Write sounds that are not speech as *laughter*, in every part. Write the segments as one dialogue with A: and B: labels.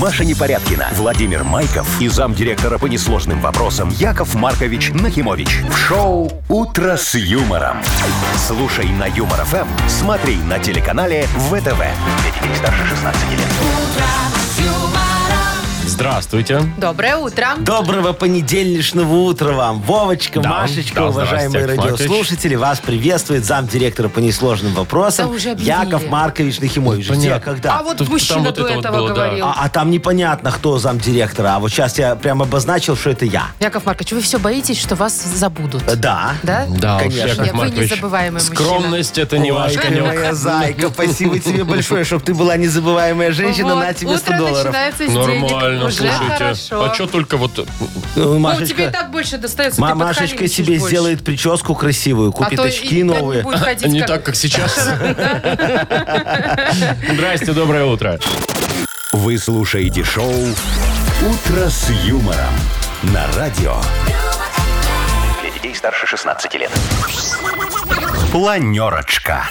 A: Маша Непорядкина, Владимир Майков и замдиректора по несложным вопросам Яков Маркович Нахимович. В шоу «Утро с юмором». Слушай на Юмор ФМ, смотри на телеканале ВТВ. детей старше 16 лет.
B: Здравствуйте.
C: Доброе утро.
D: Доброго понедельничного утра вам, Вовочка,
B: Да,
D: Машечка,
B: да,
D: уважаемые
B: здрасте, Яков
D: радиослушатели. Вас приветствует замдиректора по несложным вопросам
C: Да уже объявили.
D: Яков Маркович Нахимович. Где,
B: понятно.
D: когда?
C: а вот
B: тут-
C: мужчина
B: там вот
C: до
B: это вот
C: этого
B: было, да.
C: говорил.
D: А, а там непонятно, кто замдиректора. А вот сейчас я прям обозначил, что это я.
C: Яков Маркович, вы все боитесь, что вас забудут.
D: Э, Да.
C: Да?
B: Да,
D: Конечно.
B: уж, Яков
C: Я- вы
B: Маркович,
C: незабываемый мужчина.
B: Скромность это не ваш
D: Ой, ты
B: конек.
D: моя зайка,
B: *laughs*
D: спасибо тебе большое, чтобы ты была незабываемая женщина.
C: Вот,
D: на тебе 100
C: утро
D: долларов.
C: начинается с денег.
B: Нормально,
C: Уже
B: слушайте.
C: хорошо.
B: А что только вот...
D: Ну,
C: Ну, тебе и
D: Машечка,
C: так больше достается. ты
D: ма-
C: под
D: Машечка
C: колени
D: себе
C: чуть больше.
D: сделает прическу красивую,
C: А
D: купит
C: то и-
D: очки
C: и
D: новые.
C: будет ходить
B: *laughs* Не
C: как-
B: так, как сейчас. Здрасте, доброе утро.
A: Вы слушаете шоу «Утро с юмором» на радио. Для детей старше 16 лет. Планерочка.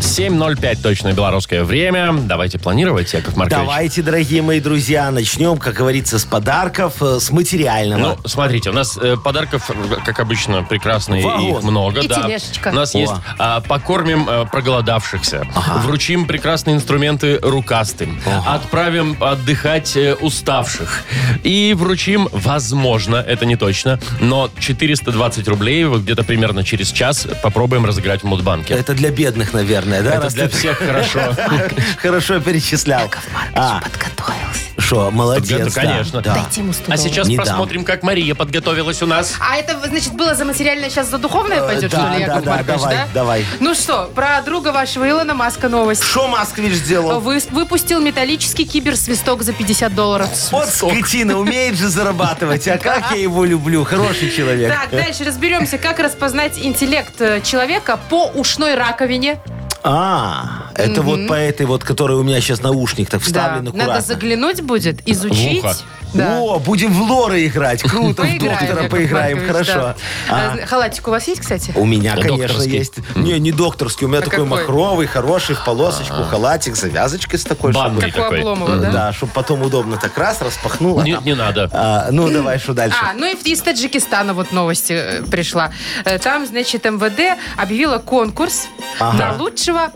B: 7.05 точное белорусское время. Давайте планировать, Яков Маркович.
D: Давайте, дорогие мои друзья, начнем, как говорится, с подарков, э, с материального.
B: Ну, смотрите, у нас э, подарков, э, как обычно, прекрасные,
D: Вагон.
B: их много.
C: И
B: да.
C: тележечка.
B: У нас
D: О.
B: есть а, покормим э, проголодавшихся, вручим прекрасные инструменты рукастым, отправим отдыхать э, уставших и вручим, возможно, это не точно, но 420 рублей вот где-то примерно через час попробуем разыграть в Мудбанке.
D: это для бедных, наверное, да?
B: Это
D: раз
B: для
D: ты
B: всех хорошо. А
D: *laughs* Хорошо перечислял. А,
C: подготовился.
D: что,
B: Ну,
D: молодец. да,
B: конечно.
D: да.
C: Дайте ему 100
B: А сейчас
D: Ну, Не дам.
B: посмотрим, как Мария подготовилась у нас.
C: А это, значит, было за материальное, сейчас за
B: Э,
C: духовное пойдет,
D: да,
C: что ли,
D: да,
C: Яков
D: да,
C: Маркович,
D: давай,
C: да?
D: давай.
C: Ну что, про друга вашего Илона Маска новость.
D: Что Москвич сделал?
C: А Вы- выпустил металлический киберсвисток за 50 долларов.
D: Вот скотина, умеет же зарабатывать. А как я его люблю, хороший человек.
C: Так, дальше разберемся, как распознать интеллект э, человека по ушной раковине.
D: А, это вот по этой вот, которая у меня сейчас наушник так вставлен
C: Да.
D: аккуратно.
C: Надо заглянуть будет, изучить.
B: В ухо.
C: Да.
D: О, будем в лоры играть. Круто, в
C: Поиграем,
D: доктора
C: Яков
D: поиграем.
C: Маркович,
D: Хорошо.
C: да.
D: А.
C: А, Халатик у вас есть, кстати?
D: У меня,
B: Да,
D: конечно,
B: докторский.
D: есть. Не, не докторский. У меня
C: А
D: такой
C: какой?
D: махровый, хороший, в полосочку,
B: А.
D: халатик, завязочкой с такой.
B: Банный.
C: Как у
B: такой.
C: Обломова,
D: чтобы-
C: да?
D: Да, чтобы потом удобно так раз распахнула.
B: Нет, не надо.
D: ну, давай, что дальше?
C: А, ну и из Таджикистана вот новости э, пришла. Э, Там, значит, МВД объявила конкурс на лучшего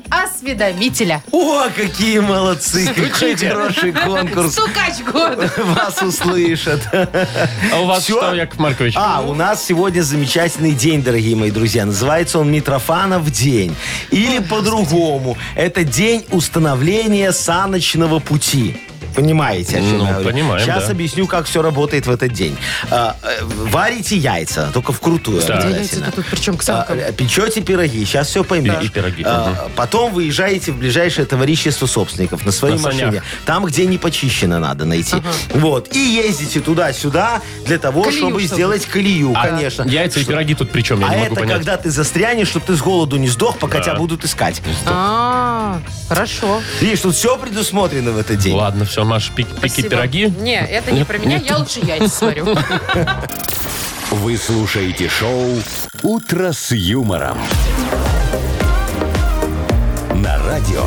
C: осведомителя.
D: О, какие молодцы! Какой
B: Стучите.
D: хороший конкурс.
C: Стукач года.
D: Вас услышат.
B: А у вас
D: Всё?
B: что, Яков Маркович?
D: А, у нас сегодня замечательный день, дорогие мои друзья. Называется он Митрофанов день. Или по-другому, это день установления саночного пути. Понимаете, о чем
B: Ну,
D: я говорю?
B: понимаем,
D: Сейчас
B: да.
D: объясню, как все работает в этот день. А, э, Варите яйца, только вкрутую
B: Так.
C: Да,
B: Да,
C: яйца-то
D: обязательно.
C: А типа тут причем к самкам.
D: А, Печете пироги, сейчас все поймешь.
B: И- и пироги,
D: А, Потом выезжаете в ближайшее товарищество собственников на своей
B: На санях.
D: машине. Там, где не почищено, надо найти. Вот. И ездите туда-сюда для того,
C: Колею,
D: чтобы
C: чтобы.
D: сделать колею,
B: А
D: конечно.
B: Яйца и
D: Что-
B: пироги тут при чем? Я
D: а
B: не могу
D: это
B: понять.
D: когда ты застрянешь, чтобы ты с голоду не сдох, пока
B: Да.
D: тебя будут искать.
C: А, хорошо.
D: Видишь, тут все предусмотрено в этот день.
B: Ладно, все, Маш, пик- пики
C: Спасибо.
B: пироги.
C: Не, это не про меня, я лучше яйца
B: *laughs*
C: сварю.
A: Вы слушаете шоу «Утро с юмором». На радио.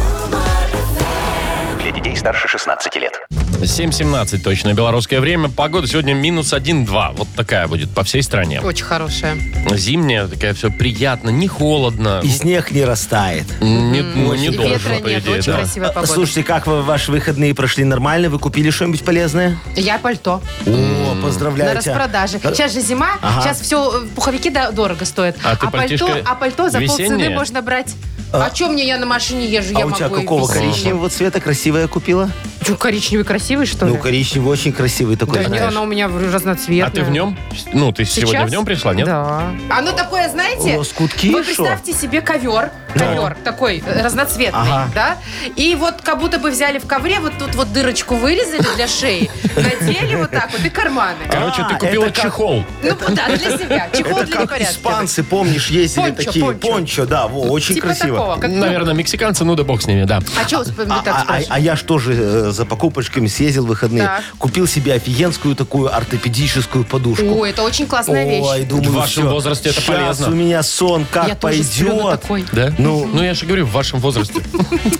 A: Для детей старше 16 лет.
B: 7.17 точно белорусское время. Погода сегодня минус 1-2. Вот такая будет по всей стране.
C: Очень хорошая.
B: Зимняя, такая все приятно, не холодно.
D: И снег не растает. А,
B: Не, ну, не
C: И ветра
B: должно, по
C: нет,
B: идее.
C: очень
B: да. А
C: красивая погода.
D: Слушайте, как вы- ваши выходные прошли нормально? Вы купили что-нибудь полезное?
C: Я пальто
D: О,
C: на
D: поздравляю тебя.
C: распродаже. Сейчас же зима,
D: Ага.
C: сейчас все, пуховики да- дорого стоят.
B: А ты
C: пальто,
B: пальтишко
C: а пальто за полцены
B: весеннее?
C: можно брать. А, чем мне я на машине езжу? я
D: А у тебя
C: могу и
D: какого
C: весеннее.
D: коричневого цвета красивая купила?
C: Чё, коричневый красивый, что ли?
D: Ну, коричневый очень красивый такой,
C: да нет,
D: знаешь.
C: она у меня разноцветная.
B: А ты в нем? Ну, ты сегодня
C: Сейчас?
B: в нем пришла, нет?
C: Да. Оно А, ну, такое, знаете,
D: Лоскутки,
C: вы
D: шо?
C: представьте себе ковер, ковер такой э, разноцветный,
D: Ага.
C: да, и вот как будто бы взяли в ковре, вот тут вот дырочку вырезали для шеи, надели вот так вот и карманы.
B: Короче,
D: А,
B: ты купила
D: это как-
B: чехол.
C: Ну да, для себя, чехол
D: Это
C: для
D: как
C: непорядка.
D: испанцы, помнишь, ездили
C: Пончо,
D: такие.
C: пончо.
D: Пончо. да, во, очень
C: Типа
D: красиво.
C: такого, как
B: Наверное, мексиканцы, ну да бог с ними, да.
C: А что вы
D: А,
C: так
D: а- а-
C: спрашиваете?
D: а я ж тоже э, за покупочками съездил в выходные.
C: Так.
D: Купил себе офигенскую такую ортопедическую подушку.
C: О, это очень классная
D: Ой,
C: вещь.
D: думаю,
B: В вашем
D: всё,
B: возрасте это
D: щас
B: полезно.
D: у меня сон как
C: Я тоже сплю на
D: пойдет.
C: такой.
B: Да?
D: Ну,
B: Ну, я же говорю, в вашем
D: *laughs*
B: возрасте.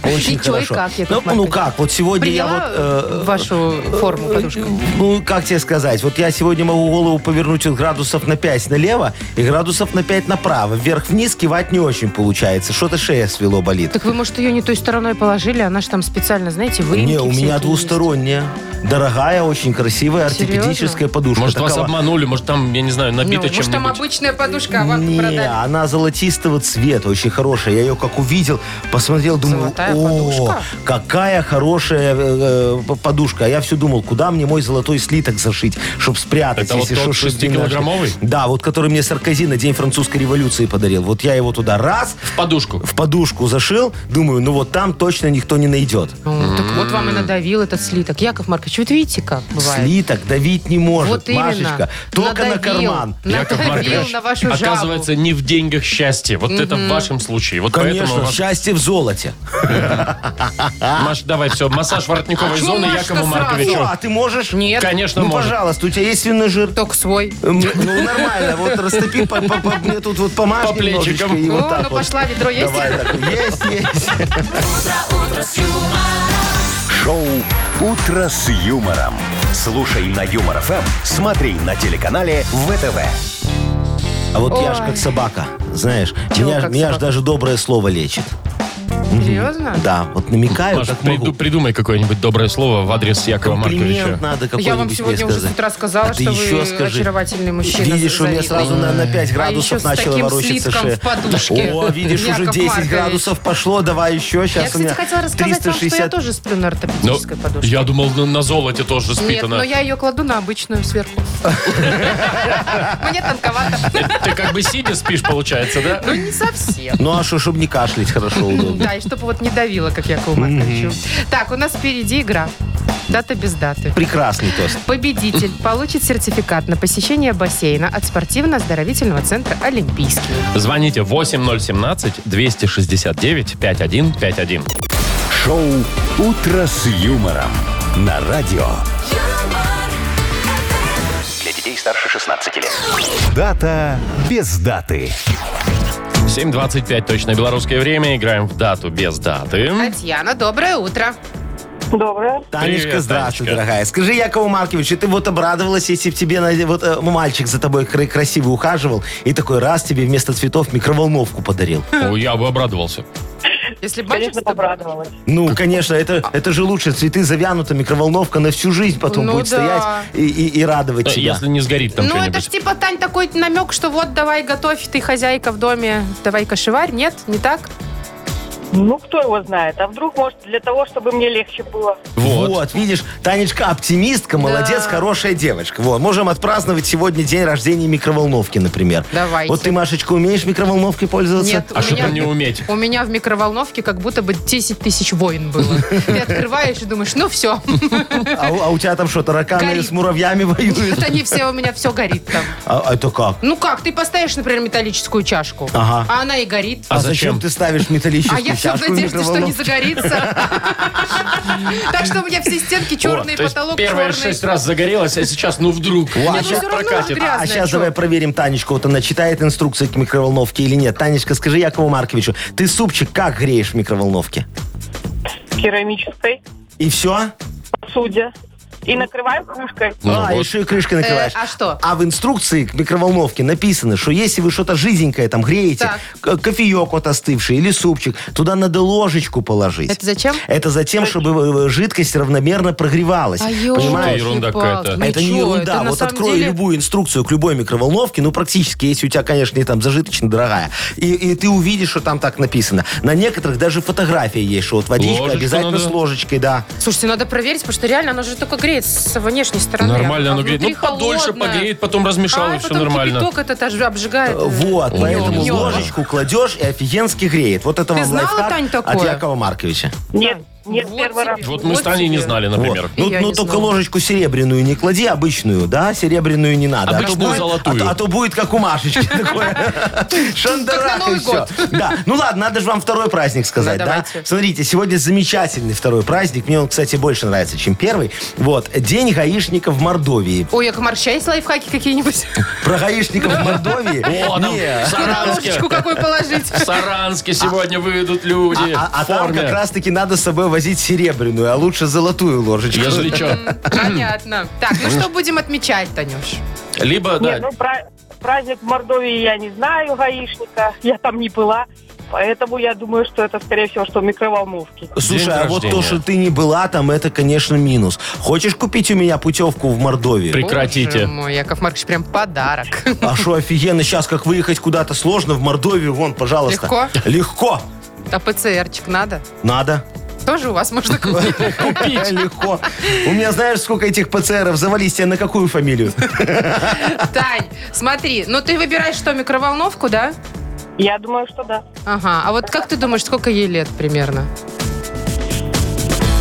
D: очень
C: И чё, и
D: хорошо.
C: как, Яков
D: ну, ну
C: Маркович?
D: как, вот сегодня я
C: Приняла
D: вот... э,
C: вашу форму, подушка?
D: Ну, как тебе сказать? Вот я сегодня могу голову повернуть от градусов на 5 налево и градусов на 5 направо. Вверх-вниз кивать не очень получается. Что-то шея свело, болит.
C: Так вы, может, ее не той стороной положили, она же там специально, знаете, выемки
D: Не, у
C: всякие
D: меня
C: есть.
D: двусторонняя. Дорогая, очень красивая,
C: Серьезно?
D: ортопедическая подушка.
B: Может, вас
D: Такова-
B: обманули, может, там, я не знаю,
C: Ну,
B: набито
C: может, там
B: чем-нибудь.
C: обычная подушка, а вам
D: не,
C: продали.
D: она золотистого цвета, очень хорошая. Я ее как увидел, посмотрел, думаю,
C: Золотая
D: о,
C: подушка?
D: какая хорошая э, э, подушка. А я все думал, куда мне мой золотой слиток зашить, чтобы спрятать.
B: Это вот тот
D: шо- шо-
B: 6-килограммовый?
D: Да, вот который мне Саркози на день французской революции подарил. Вот я его туда раз,
B: В подушку.
D: в подушку зашил, думаю, ну вот там точно никто не найдет.
C: Ну, так вот вам и надавил этот слиток. Яков Маркович, вот видите, как бывает.
D: Слиток давить не может,
C: Вот именно.
D: Машечка. Только на
C: Надавил.
D: карман.
B: Яков
C: Надавил
B: Маркович,
C: на вашу жабу.
B: оказывается, не в деньгах счастье. Вот это в вашем случае. Вот
D: Конечно,
B: поэтому, ваш-
D: счастье в золоте.
B: Маш, давай все, массаж воротниковой
C: А чё
B: зоны
C: Маш-то
B: Якову
C: сразу?
D: Ну,
B: Марковичу.
D: а ты можешь?
C: Нет.
B: Конечно,
D: Ну,
B: может.
D: пожалуйста, у тебя есть свиной жир?
C: Только свой.
D: М, Ну, нормально, вот растопи, по- по- по- мне тут вот помажь
B: По
D: немножечко
B: плечикам.
D: и вот
C: О,
D: так
C: ну
D: вот.
C: пошла, ведро есть?
D: Давай так, есть, есть.
A: Шоу «Утро с юмором». Слушай на Юмор ФМ, смотри на телеканале ВТВ.
D: А вот я ж как собака, знаешь, меня, ж-
C: как
D: меня ж
C: собака? А.
D: даже доброе слово лечит.
C: Серьезно?
D: Да, вот намекаю,
B: Маш,
D: как
B: приду-
D: могу.
B: придумай какое-нибудь доброе слово в адрес Якова
D: Комплимент
B: Марковича.
D: надо какой-нибудь
C: Я вам
D: мне
C: сегодня уже с
D: сказать.
C: утра сказала,
D: А ты
C: что вы
D: еще скажи.
C: очаровательный мужчина.
D: Видишь, у меня
C: завидный.
D: сразу на, на 5
C: еще
D: градусов
C: А с
D: начала
C: таким
D: ворочаться
C: слитком
D: шея.
C: в подушке.
D: О, видишь, уже
C: Яков
D: 10
C: Маркович.
D: градусов пошло, давай еще. Сейчас
C: Я,
D: у меня
C: кстати, хотела рассказать вам, что я
D: 360
C: тоже сплю на
B: Ну,
C: ортопедической подушке.
B: я думал, на, на золоте тоже
C: Нет,
B: спитано.
C: но я ее кладу на
B: *laughs*
C: обычную сверху. Мне тонковато.
B: Э, Ты как бы сидя спишь, получается, да?
C: Ну, не совсем.
D: Ну а что, чтобы не кашлять, хорошо, удобно.
C: Да, и чтобы вот не давило, как я Марковичу. Так, у нас впереди игра. Дата без даты.
D: Прекрасный тост.
C: Победитель получит сертификат на посещение бассейна от спортивно-оздоровительного центра «Олимпийский».
B: Звоните 8017-269-5151.
A: Шоу «Утро с юмором» на радио.
E: Для детей старше 16 лет.
A: Дата без даты.
B: 7.25 точно белорусское время. Играем в дату без даты.
C: Татьяна, доброе утро.
F: Доброе.
D: Танечка,
B: Привет,
D: здравствуй,
B: Танечка.
D: дорогая. Скажи, Якову Марковичу, ты вот обрадовалась, если бы тебе на- вот, э, мальчик за тобой кра- красиво ухаживал, и такой раз тебе вместо цветов микроволновку подарил.
B: О, я бы обрадовался.
C: Если бы мальчик с
F: Конечно,
C: тобой-
F: обрадовалась.
D: Ну, конечно, это, это же лучше. Цветы завянута, микроволновка на всю жизнь потом
C: Ну
D: будет
C: да.
D: стоять и, и- и радовать
B: Да,
D: тебя.
B: Э, Если не сгорит там
C: Ну, это ж
B: что-нибудь.
C: типа, Тань, такой намек, что вот, давай, готовь, ты хозяйка в доме, давай кошеварь. Нет, не так?
F: Ну, кто его знает? А вдруг, может, для того, чтобы мне легче было?
D: Вот.
B: Вот.
D: видишь, Танечка оптимистка, молодец, хорошая девочка. Вот, можем отпраздновать сегодня день рождения микроволновки, например.
C: Давайте.
D: Вот ты, Машечка, умеешь микроволновкой пользоваться?
C: Нет,
B: А
C: у
B: чтобы
C: меня...
B: не уметь.
C: У меня в микроволновке как будто бы 10 тысяч войн было. Ты открываешь и думаешь,
B: *laughs*
C: ну все.
D: А, у- а у тебя там что, тараканы
C: Горит.
D: с муравьями воюют?
C: Это не все, у меня все горит там.
D: А а это как?
C: Ну как, ты поставишь, например, металлическую чашку,
D: Ага.
C: а она и горит.
B: А
D: А,
B: зачем?
D: зачем? ты ставишь металлическую
C: А я все в
D: чашку в
C: надежде, что не
D: микроволновку? *laughs*
C: загорится. Так что у меня все стенки черные,
B: Вот, то есть
C: потолок
B: первые
C: черный.
B: шесть раз загорелось, а сейчас, ну вдруг,
D: а
B: не
D: щас-
B: так
C: всё равно
B: прокатит.
C: грязно.
D: А сейчас
C: чё?
D: давай проверим Танечку, вот она читает инструкции к микроволновке или нет. Танечка, скажи Якову Марковичу, ты супчик как греешь в микроволновке?
F: В керамической
D: И все?
F: посуде. И накрываю крышкой.
B: Ну
D: а,
B: вот.
D: еще и крышкой накрываешь.
C: Э, а что?
D: А в инструкции к микроволновке написано, что если вы что-то жизненькое там греете,
C: Так.
D: к- кофеек вот остывший или супчик, туда надо ложечку положить.
C: Это зачем?
D: Это затем, чтобы э, жидкость равномерно прогревалась.
C: А ё-
D: понимаешь?
B: ерунда какая-то.
C: Ебать, ну
D: А Это
C: чё,
D: не ерунда.
C: это на
D: вот
C: самом
D: открой
C: деле-
D: любую инструкцию к любой микроволновке, ну, практически, если у тебя, конечно, не там зажиточно дорогая. И, и ты увидишь, что там так написано. На некоторых даже фотография есть, что вот водичка
B: Ложечку
D: обязательно
B: надо.
D: с ложечкой, да.
C: Слушайте, ну надо проверить, потому что реально оно же только греет с внешней стороны.
B: Нормально
C: а
B: оно греет. Ну,
C: внутри
B: подольше
C: холодное.
B: погреет, потом размешал,
C: а,
B: и все
C: потом
B: нормально.
C: кипяток этот аж обжигает. э,
D: Вот,
B: Ой,
D: поэтому
B: не
C: огнем.
B: знала.
D: ложечку кладешь и офигенски греет. Вот это
C: Ты
D: вам
C: знала,
D: лайфхак
C: Тань,
D: от
C: такое?
D: Якова Марковича.
F: Нет, Нет,
C: Вот
F: первый раз.
C: тебе.
B: Вот мы с Таней не
C: тебе.
B: знали, например.
D: Вот. Ну,
C: И я
D: ну,
C: не
D: только
C: знала.
D: ложечку серебряную не клади, обычную, да, серебряную не надо.
B: Обычную
D: будет-
B: золотую.
D: а то- А, то будет как
C: *laughs*
D: у Машечки такое.
C: Как на
D: Шандарах и
C: Новый
D: все.
C: год.
D: Да, ну ладно, надо же вам второй праздник сказать,
C: Ну,
D: да?
C: давайте.
D: Смотрите, сегодня замечательный второй праздник. Мне он, кстати, больше нравится, чем первый. Вот, День гаишников в Мордовии.
C: Ой, Яков Маркович, а есть лайфхаки какие-нибудь?
D: Про гаишников
C: *laughs*
D: в Мордовии?
B: О, там
D: Не.
B: в
C: Куда
B: Саранске.
C: ложечку
B: *clears throat*
C: какой положить?
B: В Саранске сегодня выйдут люди.
D: А, а
B: в
D: там
B: форме.
D: как раз-таки надо с собой возить серебряную, а лучше золотую ложечку.
B: Ежели что.
C: Понятно. Так, ну что будем отмечать, Танюш?
B: Либо,
F: Нет,
B: да,
F: ну пра- праздник в Мордовии я не знаю, гаишника, я там не была. Поэтому я думаю, что это, скорее всего, что в микроволновке.
D: Слушай,
B: День
D: а вот то,
B: рождения.
D: что ты не была там, это, конечно, минус. Хочешь купить у меня путевку в Мордовию?
B: прекратите.
C: Боже мой, Яков Маркович, прям подарок. *laughs*
D: А что офигенно, сейчас как выехать куда-то сложно, в Мордовию, вон, пожалуйста.
C: Легко?
D: Легко.
C: А ПЦРчик надо?
D: Надо.
C: Тоже у вас можно
D: *laughs*
C: купить.
D: Купить. Легко. У меня знаешь, сколько этих ПЦРов завались тебе на какую фамилию?
C: Тань, смотри, ну ты выбираешь что, микроволновку, да?
F: Я думаю, что да.
C: Ага, а вот как ты думаешь, сколько ей лет примерно?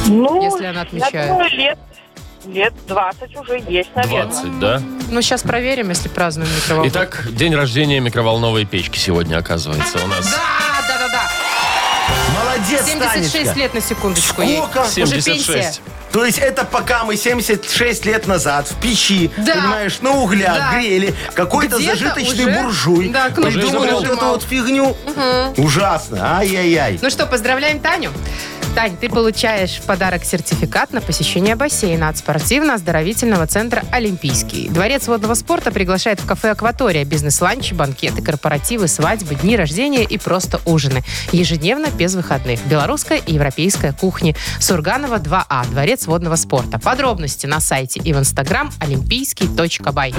F: Ну,
C: Если она
F: Я
C: отмечает.
F: думаю, лет, лет 20 уже есть, наверное.
B: 20, да?
C: Ну, сейчас проверим, если празднуем микроволновку.
B: Итак, день рождения микроволновой печки сегодня, оказывается, у нас.
C: Да, да, да, да.
D: Молодец,
C: 76
D: Танечка.
C: лет на секундочку ей.
D: Сколько?
C: Уже пенсия.
B: 76.
D: То есть это пока мы 76 лет назад в печи,
C: Да.
D: понимаешь, на углях
C: Да.
D: грели, какой-то
C: Где-то
D: зажиточный
C: уже,
D: буржуй
C: да, кнопочку
D: придумал вот эту
C: нажимал.
D: вот фигню. Ужасно, ай-яй-яй.
C: Ну что, поздравляем Таню. Тань, ты получаешь в подарок сертификат на посещение бассейна от спортивно-оздоровительного центра «Олимпийский». Дворец водного спорта приглашает в кафе «Акватория» бизнес-ланчи, банкеты, корпоративы, свадьбы, дни рождения и просто ужины. Ежедневно, без выходных. Белорусская и европейская кухни. Сурганова 2А. Дворец водного спорта. Подробности на сайте и в инстаграм олимпийский.бай.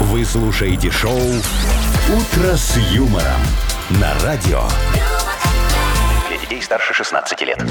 A: Вы слушаете шоу «Утро с юмором» на радио.
E: Для детей старше 16 лет.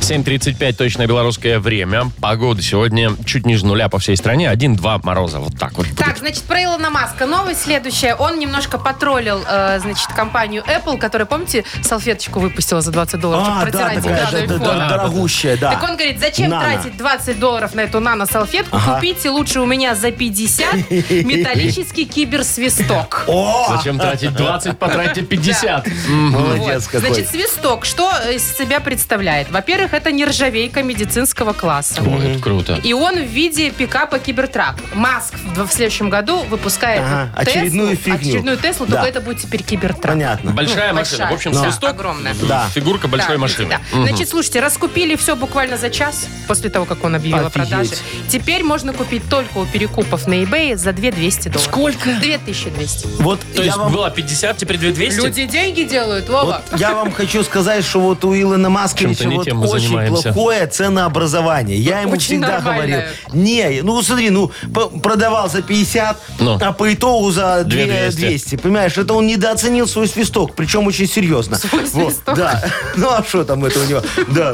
B: 7.35 точное белорусское время. Погода сегодня чуть ниже нуля по всей стране. 1-2 мороза. Вот так вот. будет.
C: Так, значит, про Илона Маска новость следующая. Он немножко потроллил, э, значит, компанию Apple, которая, помните, салфеточку выпустила за 20 долларов,
D: А,
C: чтобы
D: да,
C: протирать
D: такая
C: экран
D: да, да,
C: айфона.
D: да, дорогущая, да.
C: Так он говорит, зачем
D: Нано.
C: тратить 20 долларов на эту нано-салфетку?
D: Ага.
C: Купите лучше у меня за 50 металлический киберсвисток.
D: О,
B: Зачем тратить 20, потратьте 50. М.
D: *laughs* молодец
C: Вот.
D: какой.
C: Значит, свисток, что э, из себя представляет? Во-первых, это нержавейка медицинского класса.
B: Ой, это круто.
C: И он в виде пикапа Кибертрак. Маск в, в следующем году выпускает
D: Ага,
C: Теслу,
D: очередную фигню.
C: очередную Теслу,
D: Да.
C: только это будет теперь Кибертрак.
D: Понятно.
B: Большая машина. В общем,
C: Да.
B: свисток.
C: Огромная.
D: Да.
B: Фигурка большой
C: Ну, Да,
B: машины.
C: да. Значит, слушайте, раскупили все буквально за час после того, как он объявил о
D: Офигеть.
C: продаже. Теперь можно купить только у перекупов на eBay за 2200 долларов.
B: Сколько?
C: 2200.
D: Вот
B: То
D: я
B: есть
D: вам...
B: была 50, теперь 2200?
C: Люди деньги делают, Вова.
D: Вот я вам хочу сказать, что вот у Илона Масковича
B: Чем-то не
D: вот
B: тем мы
D: очень
B: занимаемся.
D: плохое ценообразование. Я ему
C: Очень
D: всегда
C: нормальное.
D: говорил. Не, ну смотри, ну по- продавал за 50,
B: Ну.
D: а по итогу за
B: 2200.
D: 200. Понимаешь, это он недооценил свой свисток, причем очень серьезно.
C: Свой
D: Вот,
C: свисток?
D: да. *laughs* Ну а что там это у него? Да,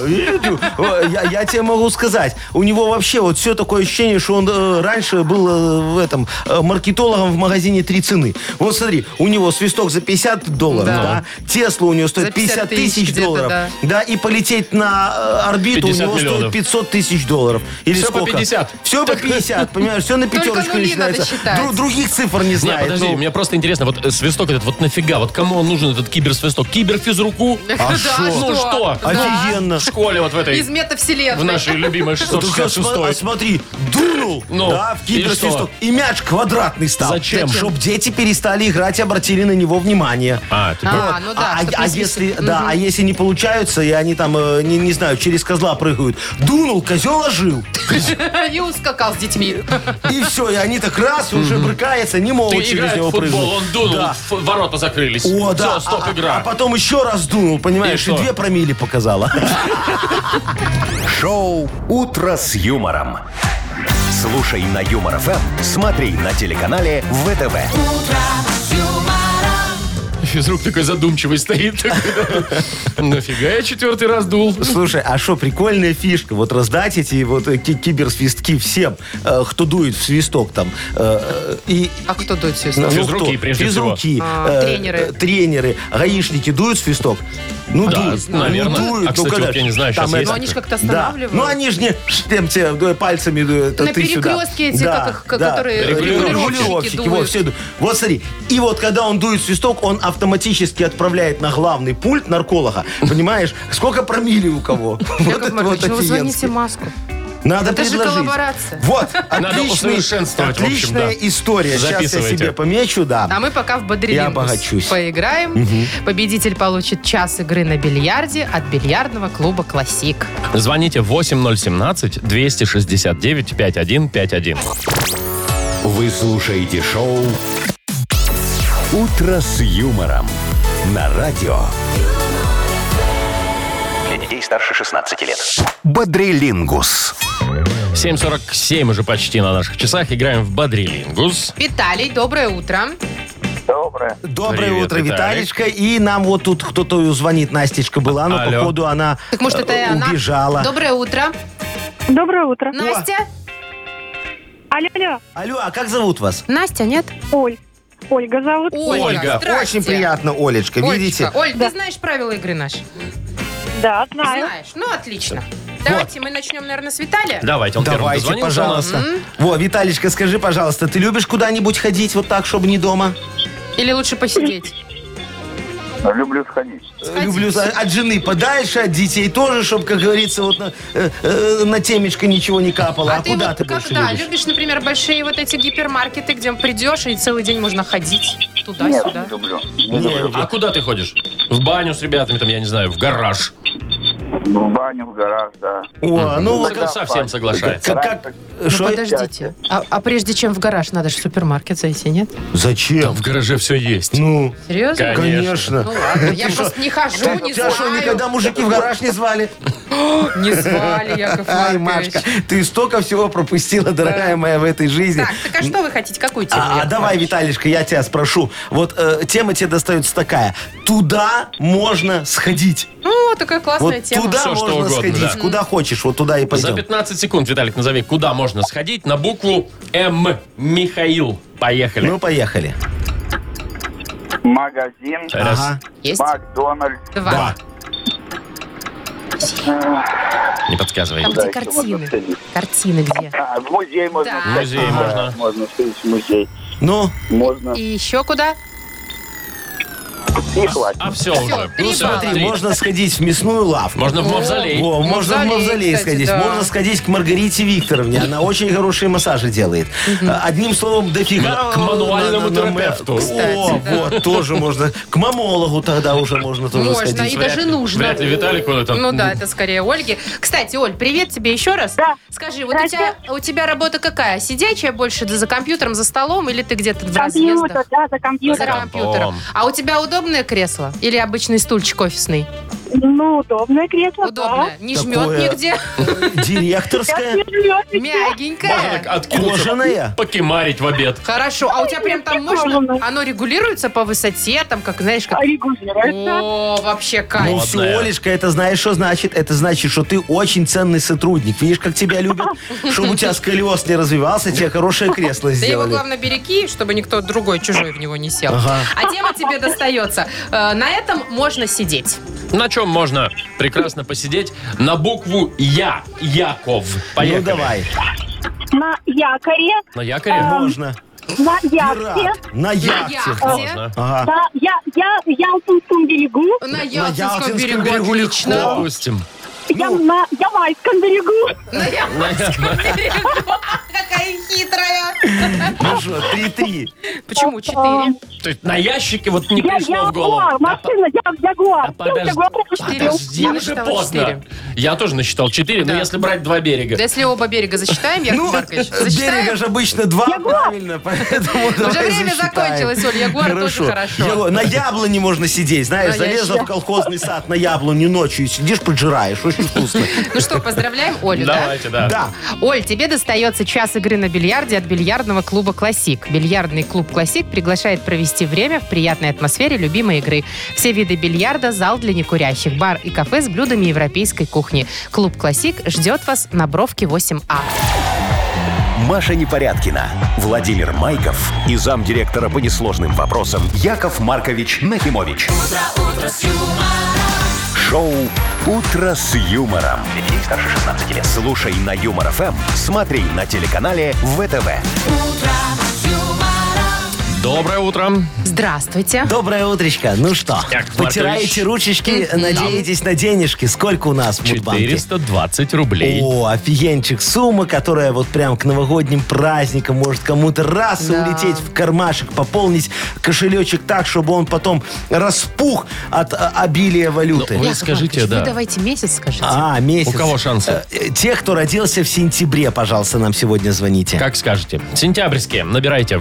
D: я, я тебе могу сказать, у него вообще вот все такое ощущение, что он э, раньше был э, в этом э, маркетологом в магазине три цены. Вот смотри, у него свисток за 50 долларов,
C: Да.
D: да. Тесла у него
C: За
D: стоит
C: 50
D: 50
C: тысяч
D: тысяч
C: где-то,
D: долларов.
C: да.
D: Да. и полететь на э, орбиту у
B: 50
D: него
B: миллионов.
D: стоит 500 тысяч долларов. Или
B: Всё по
D: сколько?
B: 50.
D: Все по 50, понимаешь? Все на
C: Только
D: пятерочку
C: нули надо
D: начинается.
C: считать.
D: Дру- других цифр не
B: Не,
D: знает.
B: подожди,
D: ну.
B: мне просто интересно, вот э, свисток этот, вот нафига, вот кому он нужен, этот киберсвисток? Киберфизруку?
C: Да,
D: шо?
B: Ну что?
D: А Офигенно.
B: В школе вот в этой,
C: Из
B: в
C: метавселенной.
B: нашей любимой
D: Вот ты сейчас
B: 666
D: смо- а смотри, дунул,
B: *laughs* Ну,
D: да, в
B: и
D: киберсвисток,
B: что?
D: и, мяч квадратный стал.
B: Зачем?
D: Чтоб дети перестали играть и обратили на него внимание.
B: А, ты
C: А,
B: про-
C: ну да, чтоб не
D: а
C: свистеть.
D: если, да, а если не получаются, и они там, э, не, не знаю, через козла прыгают, дунул, козел ожил.
C: *laughs* И ускакал с
D: *laughs*
C: детьми.
D: И все, и они так раз, и уже брыкается, не могут
B: ты
D: через
B: играешь
D: него
B: в футбол,
D: прыгнуть.
B: он дунул,
D: Да.
B: ф- ворота закрылись.
D: О,
B: Все,
D: да.
B: стоп,
D: а,
B: игра.
D: а потом еще раз дунул, понимаешь,
B: И
D: и,
B: что?
D: две промили показала.
A: Шоу «Утро с юмором». Слушай на Юмор ФМ, смотри на телеканале ВТВ.
B: Физрук такой задумчивый
D: *laughs*
B: стоит. Нафига я четвертый раз дул?
D: Слушай, а что, прикольная фишка, вот раздать эти вот э, ки- киберсвистки всем, э, кто дует в свисток там, э, и...
C: А кто дует
D: ну,
C: свисток?
B: физруки,
D: кто?
B: прежде всего.
D: Физруки,
C: А,
D: э,
C: тренеры.
D: э, тренеры, гаишники дуют свисток, Ну,
B: Да,
D: дуют.
B: наверное.
D: Ну, дуют.
B: А, кстати,
D: Ну,
B: вот я не знаю,
D: там
B: сейчас
D: это-
B: есть
C: Но они же как-то
D: Да.
C: останавливают.
D: Ну, они же не ш- тем тебе э, пальцами э, это
C: На
D: ты сюда.
C: перекрестке эти, как их, как- которые
B: регулировщики
C: дуют.
D: Вот, все дуют. Вот смотри. И вот когда он дует свисток, он автоматически отправляет на главный пульт нарколога. Понимаешь, сколько промили у кого. *laughs* Вот
C: Яков
D: это
C: Маркович,
D: вот
C: ну вы звоните
D: офигенски.
C: маску.
D: Надо
C: Это же
D: предложить.
C: коллаборация.
D: Вот,
B: Надо
D: отличный,
B: усовершенствовать, в общем,
D: отличная
B: да.
D: история. Сейчас я
B: Записывайте.
D: себе помечу, да.
C: А мы пока в Бодрилингус
D: Я обогачусь.
C: поиграем. Победитель получит час игры на бильярде от бильярдного клуба «Классик».
B: Звоните 8017-269-5151.
A: Вы слушаете шоу «Утро с юмором» на радио
E: Для детей старше 16 лет.
A: «Бодрилингус».
B: 7.47 уже почти на наших часах. Играем в Бодрилингус.
C: Виталий, доброе утро.
G: Доброе.
D: Доброе
B: Привет,
D: утро,
B: Виталик.
D: Виталичка. И нам вот тут кто-то звонит, Настечка была, но
B: Алло.
D: походу она
C: Так может, это и
D: э,
C: она?
D: убежала.
C: Доброе утро.
F: Доброе утро.
C: Настя?
F: Алло, алло.
D: Алло, а как зовут вас?
C: Настя, нет?
F: Оль. Ольга зовут.
B: Ольга,
C: здрасте.
D: Очень приятно, Олечка,
C: Олечка,
D: видите?
C: Оль, ты знаешь правила игры наши?
F: Да, знаю.
C: Знаешь. Ну, отлично. Давайте мы начнем, наверное, с Виталия.
B: Давайте, он первым
D: Давайте,
B: дозвонился.
D: пожалуйста. Во, Виталичка, скажи, пожалуйста, ты любишь куда-нибудь ходить вот так, чтобы не дома?
C: Или лучше посидеть.
G: Люблю сходить.
D: Э, Люблю за- от жены подальше, от детей тоже, чтобы, как говорится, вот на, э, э, на темечко ничего не капало. А,
C: а ты
D: куда
C: вот
D: ты больше
C: когда
D: любишь?
C: любишь, например, большие вот эти гипермаркеты, где придешь и целый день можно ходить
G: Нет,
C: туда-сюда?
G: не люблю.
D: Не,
G: Не люблю.
B: А куда ты ходишь? В баню с ребятами, там, я не знаю, в гараж.
G: В баню, в гараж, да.
D: О, ну вот
B: Тогда
D: как-
B: совсем соглашается.
D: как... как-
C: Ну,
D: шо-
C: подождите. А, а прежде чем в гараж, надо же в супермаркет зайти, нет?
B: Там
D: Зачем?
B: в гараже все есть.
D: Ну,
C: Серьезно?
B: Конечно.
C: Ну
D: конечно.
C: ладно, я просто не хожу,
D: Так,
C: не
D: тебя что,
C: знаю.
D: никогда мужики в гараж не *laughs* звали?
C: Не звали, Яков
D: Ай,
C: Маркович.
D: Машка, ты столько всего пропустила, дорогая моя, в этой жизни.
C: Так, так а что вы хотите? Какую тему?
D: А, а
C: Яков
D: давай,
C: Маркович?
D: Виталишка, я тебя спрошу. Вот э, тема тебе достается такая. Туда можно сходить.
C: Ну, такая классная
D: вот
C: тема.
D: туда
B: Всё, что
D: можно
B: угодно,
D: сходить.
B: да.
D: Куда хочешь, вот туда и
B: За
D: пойдем.
B: 15 секунд, Виталик, назови, куда можно сходить на букву М. Михаил. Поехали.
D: Ну, поехали.
G: Магазин,
B: Раз.
D: Ага.
C: Есть?
G: Макдональдс,
C: Два.
D: Да.
B: Не подсказывай.
C: Там, где
G: Да, ещё можно
C: картины.
G: сходить.
C: Картины где?
G: А, в музей можно
C: Да.
B: В Музей
G: сходить.
B: можно.
G: Можно сходить в музей.
D: Ну,
G: Можно.
C: И еще куда?
G: И хватит.
B: А все, уже.
C: три
B: всё,
C: балла.
D: Ну, смотри,
B: три.
D: можно сходить в мясную лавку.
B: Можно в мавзолей.
D: О, можно в
C: Мавзолей,
D: мавзолей
C: кстати,
D: сходить.
C: да.
D: Можно сходить к Маргарите Викторовне. Она очень хорошие массажи делает. А, Одним словом, дофига.
B: М- к мануальному
D: на- на- на-
B: терапевту.
D: О,
C: Кстати, да.
D: вот, тоже можно. К мамологу тогда уже можно тоже
C: Можно,
D: сходить.
C: и даже
B: Вряд ли-
C: нужно.
B: вряд ли Виталику это-
C: Ну да, это скорее Ольге. Кстати, Оль, привет тебе еще раз.
F: Да.
C: Скажи, вот у
F: Здрасте.
C: тебя, у тебя работа какая? Сидячая больше да, за компьютером, за столом, или ты где-то в
F: Компьютер,
C: разъездах?
F: да, за
C: За
F: компьютер.
B: компьютером.
C: компьютером. А у тебя удобное кресло? Или обычный стульчик офисный?
F: Ну, удобное кресло, да.
C: Удобное. Не жмет
D: Такое.
F: *laughs*
C: нигде.
F: Сейчас
D: Директорская.
F: не жмет нигде.
B: Можно так
C: Мягенькое.
B: откинуться,
D: Кожаная?
B: покемарить в обед.
C: Хорошо. А у тебя прям там можно?
F: Кожаное.
C: Оно регулируется по высоте, там, как, знаешь, как...
F: Регулируется.
C: О, вообще
D: Ну
C: кайф.
D: все,
B: Ладно.
D: Олечка, это знаешь, что значит? Это значит, что ты очень ценный сотрудник. Видишь, как тебя любят? Чтобы у тебя сколиоз не развивался, тебе хорошее кресло
C: Да его,
D: сделали.
C: главное, береги, чтобы никто другой чужой в него не сел.
D: Ага.
C: А тема тебе достается. Э, На этом можно сидеть.
B: На чем можно прекрасно посидеть? На букву Я. Яков. Поехали.
D: Ну давай,
F: На якоре.
B: На якоре?
D: можно.
F: На якте.
D: Пират. На
C: На
D: яхте.
B: Можно.
D: Ага.
F: Да, я, я, я в Тунском берегу.
C: На Ялтинском
D: Ялтинском
C: берегу,
D: берегу
C: отлично.
D: легко.
B: Допустим.
F: Я на Ямайском берегу.
C: На Ялтинском берегу. *laughs* Какая хитрая.
D: Ну что, три-три.
C: Почему четыре?
B: То есть на ящике вот не
F: Я
B: пришло в голову.
F: Ягуар, машина, я Ягуар.
B: А подожди,
F: Ягуар
C: подожди.
B: подожди,
C: Я
B: уже
C: насчитала
B: поздно.
C: четыре.
B: Я тоже насчитал 4, но
C: Да.
B: если брать два берега.
C: Да если оба берега засчитаем, Яков
D: Ну,
C: Маркович,
D: берега
C: засчитаем?
D: же обычно два, правильно, поэтому давай
C: время
D: засчитаем.
C: закончилось, Оль, Ягуар тоже хорошо.
D: Яго- На яблоне можно сидеть, знаешь,
C: На
D: залезла
C: ящике.
D: в колхозный сад на яблоню ночью и сидишь, поджираешь, очень вкусно.
C: Ну что, поздравляем Олю, да?
B: Давайте, да.
D: Да.
C: Оль, тебе достается час игры на бильярде от бильярдного клуба «Классик». Бильярдный клуб «Классик» приглашает провести время в приятной атмосфере любимой игры. Все виды бильярда, зал для некурящих, бар и кафе с блюдами европейской кухни. Клуб «Классик» ждет вас на Бровке А. 8А.
A: Маша Непорядкина, Владимир Майков и замдиректора по несложным вопросам Яков Маркович Нахимович. Шоу «Утро с юмором».
E: Для детей старше 16 лет.
A: Слушай на Юмор ФМ, смотри на телеканале ВТВ.
B: Доброе утро.
C: Здравствуйте.
D: Доброе утречко. Ну что,
B: Яков Маркович.
D: потираете ручечки, надеетесь на денежки. Сколько у нас в Мудбанке?
B: 420 рублей.
D: О, офигенчик. Сумма, которая вот прям к новогодним праздникам может кому-то раз и
C: Да.
D: улететь в кармашек, пополнить кошелечек так, чтобы он потом распух от а, обилия валюты.
B: Ну, Вы
C: Яков
B: скажите,
C: Маркович,
B: да.
C: Вы давайте месяц скажите.
D: А, месяц.
B: У кого шансы?
D: Э, э, Те, кто родился в сентябре, пожалуйста, нам сегодня звоните.
B: Как скажете. Сентябрьские. Набирайте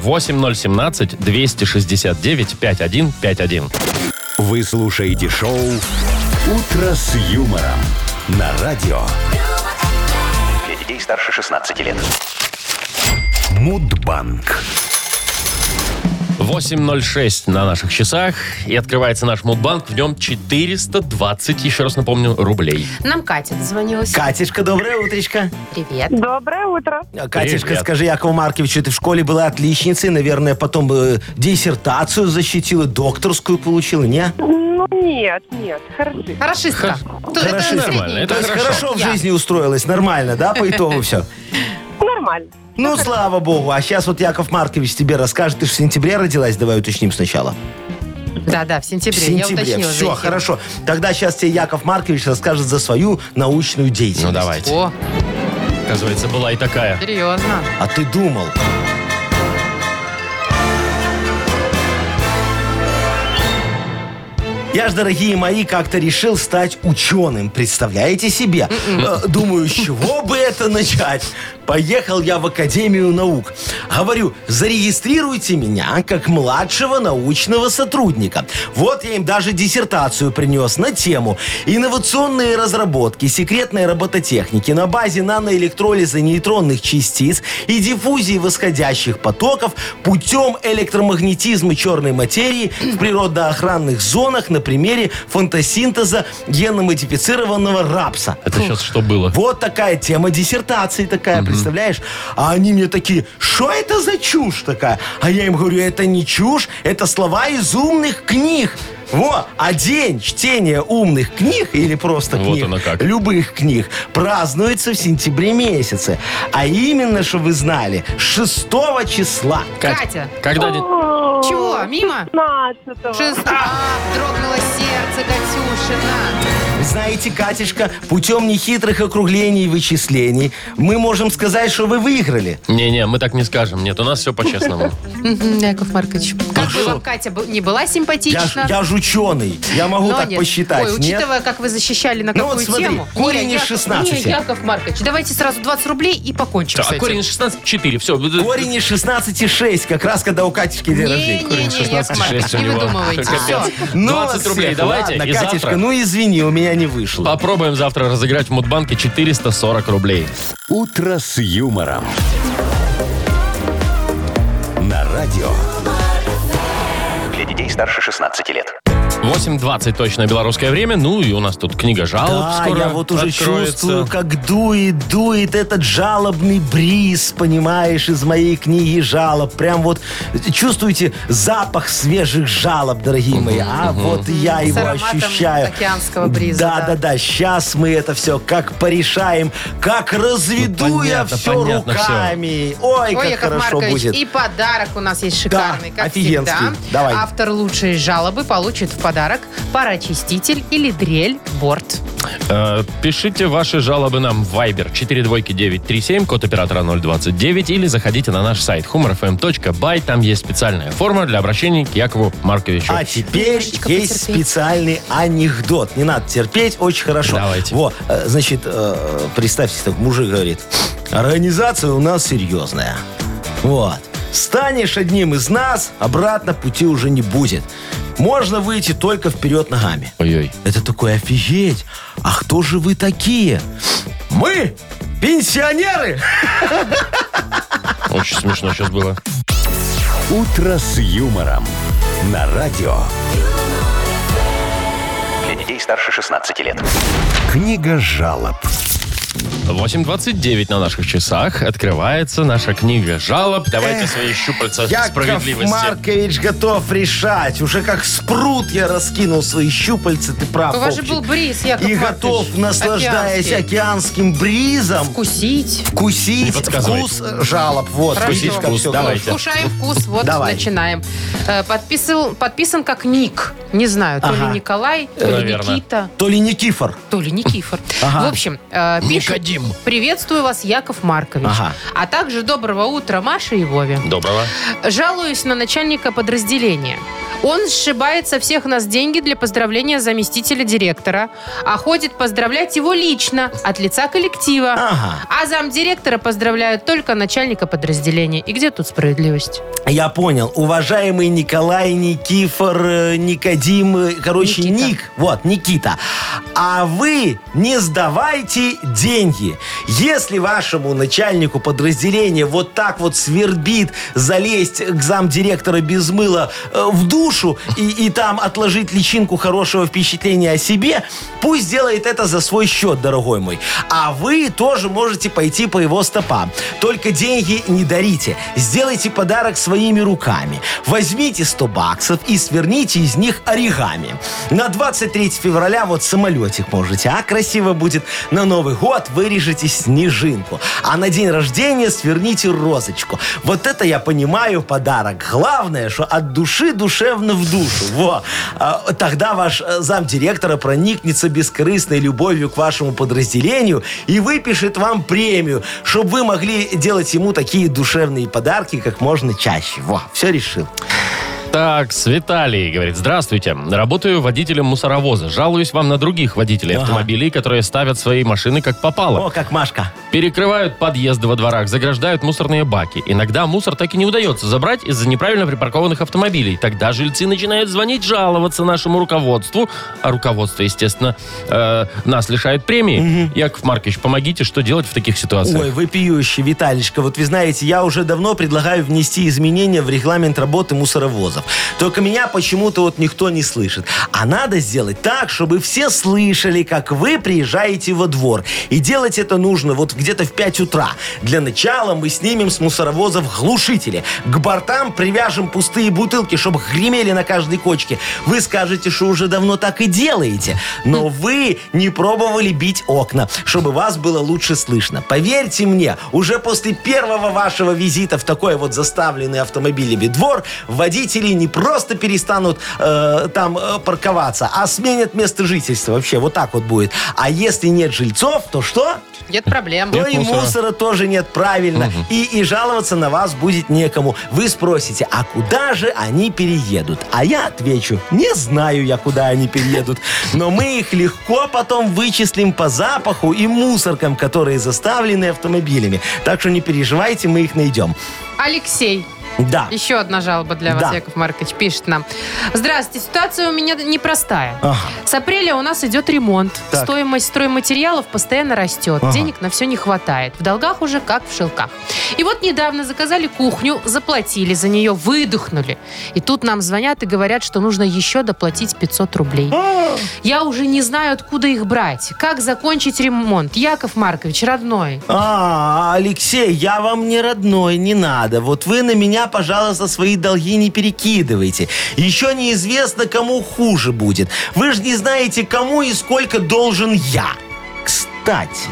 B: 8017-269-5151.
A: Вы слушаете шоу «Утро с юмором» на радио
E: Для детей старше 16 лет.
A: Мудбанк.
B: 8.06 на наших часах. И открывается наш мудбанк. В нем 420, еще раз напомню, рублей.
C: Нам Катя дозвонилась.
D: Катюшка, доброе утречко.
C: Привет.
F: Доброе утро.
D: Э, Катюшка,
B: Привет.
D: скажи, Якову Марковичу, ты в школе была отличницей, наверное, потом э, диссертацию защитила, докторскую получила, не?
F: Ну, нет, нет, хороши.
C: Хорошистка. То- это
D: Хорошистка.
C: средний.
B: Нормально, это
D: То есть
B: хорошо.
D: хорошо в
C: Я.
D: жизни устроилась, нормально, да, по итогу все?
F: Нормально.
D: Ну, слава богу. А сейчас вот Яков Маркович тебе расскажет. Ты же в сентябре родилась, давай уточним сначала.
C: Да-да, в сентябре.
D: В
C: Я
D: сентябре.
C: уточнила.
D: Все,
C: Зайти.
D: хорошо. Тогда сейчас тебе Яков Маркович расскажет за свою научную деятельность.
B: Ну, давайте.
C: О,
B: Оказывается, была и такая.
C: серьезно.
D: А ты думал? Я ж, дорогие мои, как-то решил стать ученым. Представляете себе? Э, Думаю, с чего бы это начать? Поехал я в Академию наук. Говорю, зарегистрируйте меня как младшего научного сотрудника. Вот я им даже диссертацию принес на тему «Инновационные разработки секретной робототехники на базе наноэлектролиза нейтронных частиц и диффузии восходящих потоков путем электромагнетизма черной материи в природоохранных зонах на примере фотосинтеза генномодифицированного рапса».
B: Это сейчас что было?
D: Вот такая тема диссертации такая, представляешь? А они мне такие, что это за чушь такая? А я им говорю, это не чушь, это слова из умных книг. Во, а день чтения умных книг, или просто
B: Вот
D: книг,
B: оно как.
D: любых книг, празднуется в сентябре месяце. А именно, что вы знали, 6 числа.
C: Катя.
B: Когда день-
F: Ну,
C: Чего? Мимо?
F: 15
C: Шест... А, дрогнуло сердце Катюшина.
D: Знаете, Катюшка, путем нехитрых округлений и вычислений мы можем сказать, что вы выиграли.
B: Не-не, мы так не скажем. Нет, у нас все
C: *laughs*
B: по-честному.
C: Мгм, Яков Маркович, как бы вам Катя бу- не была
D: Я, ж-
C: симпатична?
D: я ж ученый. Я могу
C: но
D: так
C: нет.
D: посчитать.
C: Ой,
D: нет?
C: учитывая, как вы защищали на
D: Ну
C: какую
D: вот смотри,
C: тему.
D: корень
C: Не,
D: из
C: Яков-
D: 16.
C: не, Яков Маркович, давайте сразу 20 рублей и покончим с
B: А
C: этим.
B: корень 16, 4. Все.
D: Корень из 16,6, как раз когда у Катечки день рождения.
C: Не-не-не, Яков Маркович, не выдумывайте. Все.
B: 20 рублей
D: Ну, всех,
B: давайте.
D: Ладно,
B: и
D: Катечка,
B: завтра
D: ну извини, у меня не вышло.
B: попробуем завтра разыграть в Мудбанке 440 рублей.
A: «Утро с юмором». На радио
E: Для детей старше 16 лет.
B: 8.20 точно белорусское время. Ну и у нас тут книга жалоб
D: Да,
B: скоро
D: я вот уже
B: откроется.
D: чувствую, как дует, дует этот жалобный бриз, понимаешь, из моей книги жалоб. Прям вот чувствуете запах свежих жалоб, дорогие мои. А вот и я
C: С
D: его
C: ароматом
D: ощущаю.
C: океанского бриза,
D: Да,
C: да.
D: да, да. Сейчас мы это все как порешаем, как разведу
B: Ну,
D: я
B: понятно,
D: все
B: понятно всё.
D: руками. Ой,
C: Ой,
D: как
C: Яков
D: хорошо
C: Маркович,
D: будет.
C: и подарок у нас есть шикарный,
D: Да,
C: как
D: офигенский.
C: всегда.
D: Давай.
C: Автор лучшей жалобы получит в подарок парочиститель или дрель борт.
B: Э, Пишите ваши жалобы нам в Viber 42937, код оператора 029, или заходите на наш сайт humorfm.by. Там есть специальная форма для обращения к Якову Марковичу.
D: А теперь есть
C: Немножечко потерпеть.
D: специальный анекдот. Не надо терпеть, очень хорошо.
B: Давайте.
D: Во, э, значит, э, представьте, так мужик говорит, организация у нас серьезная. Вот. Станешь одним из нас, обратно пути уже не будет. Можно выйти только вперед ногами.
B: Ой-ой.
D: Это такой офигеть. А кто же вы такие? Мы пенсионеры.
B: Очень смешно сейчас было.
A: «Утро с юмором». На радио
E: Для детей старше 16 лет.
A: «Книга жалоб».
B: 8.29 на наших часах открывается наша книга жалоб. Давайте свои щупальца
D: Яков
B: справедливости.
D: Маркович готов решать. Уже как спрут я раскинул свои щупальца, ты прав,
C: У вас же был
D: А Вовчик.
C: бриз, Яков
D: И
C: Маркович,
D: готов, наслаждаясь
C: океанский.
D: океанским бризом,
C: Вкусить.
D: вкусить
B: подсказывай.
D: вкус жалоб. Вот,
C: Хорошо.
D: видишь, как
B: Вкус,
D: все
B: давай. Давайте.
C: Вкушаем вкус, вот
D: Давай.
C: начинаем. Э, Подписал, подписан как ник. Не знаю, то
D: Ага.
C: ли Николай, то ли
B: Наверно.
C: Никита,
D: То ли Никифор.
C: то ли Никифор.
D: Ага.
C: В общем, э, пишет,
B: Никодим.
C: приветствую вас, Яков Маркович.
D: Ага.
C: А также доброго утра, Маше и Вове.
B: Доброго.
C: Жалуюсь на начальника подразделения. Он сшибает со всех нас деньги для поздравления заместителя директора, а ходит поздравлять его лично, от лица коллектива.
D: Ага.
C: А замдиректора поздравляют только начальника подразделения. И где тут справедливость?
D: Я понял. Уважаемый Николай, Никифор, э, Никодим, э, короче,
C: Никита.
D: Ник, вот, Никита. А вы не сдавайте деньги. Если вашему начальнику подразделения вот так вот свербит залезть к замдиректора без мыла э, в душу и, и там отложить личинку хорошего впечатления о себе, пусть делает это за свой счет, дорогой мой. А вы тоже можете пойти по его стопам. Только деньги не дарите. Сделайте подарок своими руками. Возьмите 100 баксов и сверните из них оригами. На 23 февраля вот самолетик можете, а красиво будет. На Новый год вырежете снежинку. А на день рождения сверните розочку. Вот это я понимаю подарок. Главное, что от души душевно в душу. Во. А, Тогда ваш э, замдиректора проникнется бескорыстной любовью к вашему подразделению и выпишет вам премию, чтобы вы могли делать ему такие душевные подарки как можно чаще. Во, все решил.
B: Так, с Виталий говорит, здравствуйте, работаю водителем мусоровоза. Жалуюсь вам на других водителей автомобилей, которые ставят свои машины как попало.
D: О, как Машка.
B: Перекрывают подъезды во дворах, заграждают мусорные баки. Иногда мусор так и не удается забрать из-за неправильно припаркованных автомобилей. Тогда жильцы начинают звонить, жаловаться нашему руководству. А руководство, естественно, э, нас лишает премии. Яков Маркович, помогите, что делать в таких ситуациях?
D: Ой, вопиющий, Виталичка. Вот вы знаете, я уже давно предлагаю внести изменения в регламент работы мусоровозов. Только меня почему-то вот никто не слышит. А надо сделать так, чтобы все слышали, как вы приезжаете во двор. И делать это нужно вот где-то в 5 утра. Для начала мы снимем с мусоровозов глушители. К бортам привяжем пустые бутылки, чтобы гремели на каждой кочке. Вы скажете, что уже давно так и делаете. Но вы не пробовали бить окна, чтобы вас было лучше слышно. Поверьте мне, уже после первого вашего визита в такой вот заставленный автомобилями двор, водители не просто перестанут э, там э, парковаться, а сменят место жительства вообще. Вот так вот будет. А если нет жильцов, то что?
C: Нет проблем.
D: То и
B: мусора.
D: мусора. тоже нет, правильно. И, и жаловаться на вас будет некому. Вы спросите, а куда же они переедут? А я отвечу, не знаю я, куда они переедут. Но мы их легко потом вычислим по запаху и мусоркам, которые заставлены автомобилями. Так что не переживайте, мы их найдем.
C: Алексей.
D: Да.
C: Еще одна жалоба для вас,
D: Да.
C: Яков Маркович, пишет нам. Здравствуйте, ситуация у меня непростая.
D: Ага.
C: С апреля у нас идет ремонт.
D: Так.
C: Стоимость стройматериалов постоянно растет.
D: Ага.
C: Денег на все не хватает. В долгах уже как в шелках. И вот недавно заказали кухню, заплатили за нее, выдохнули. И тут нам звонят и говорят, что нужно еще доплатить 500 рублей. Я уже не знаю, откуда их брать. Как закончить ремонт? Яков Маркович, родной.
D: А, Алексей, я вам не родной, не надо. Вот вы на меня, пожалуйста, свои долги не перекидывайте. Еще неизвестно, кому хуже будет. Вы же не знаете, кому и сколько должен я. Кстати,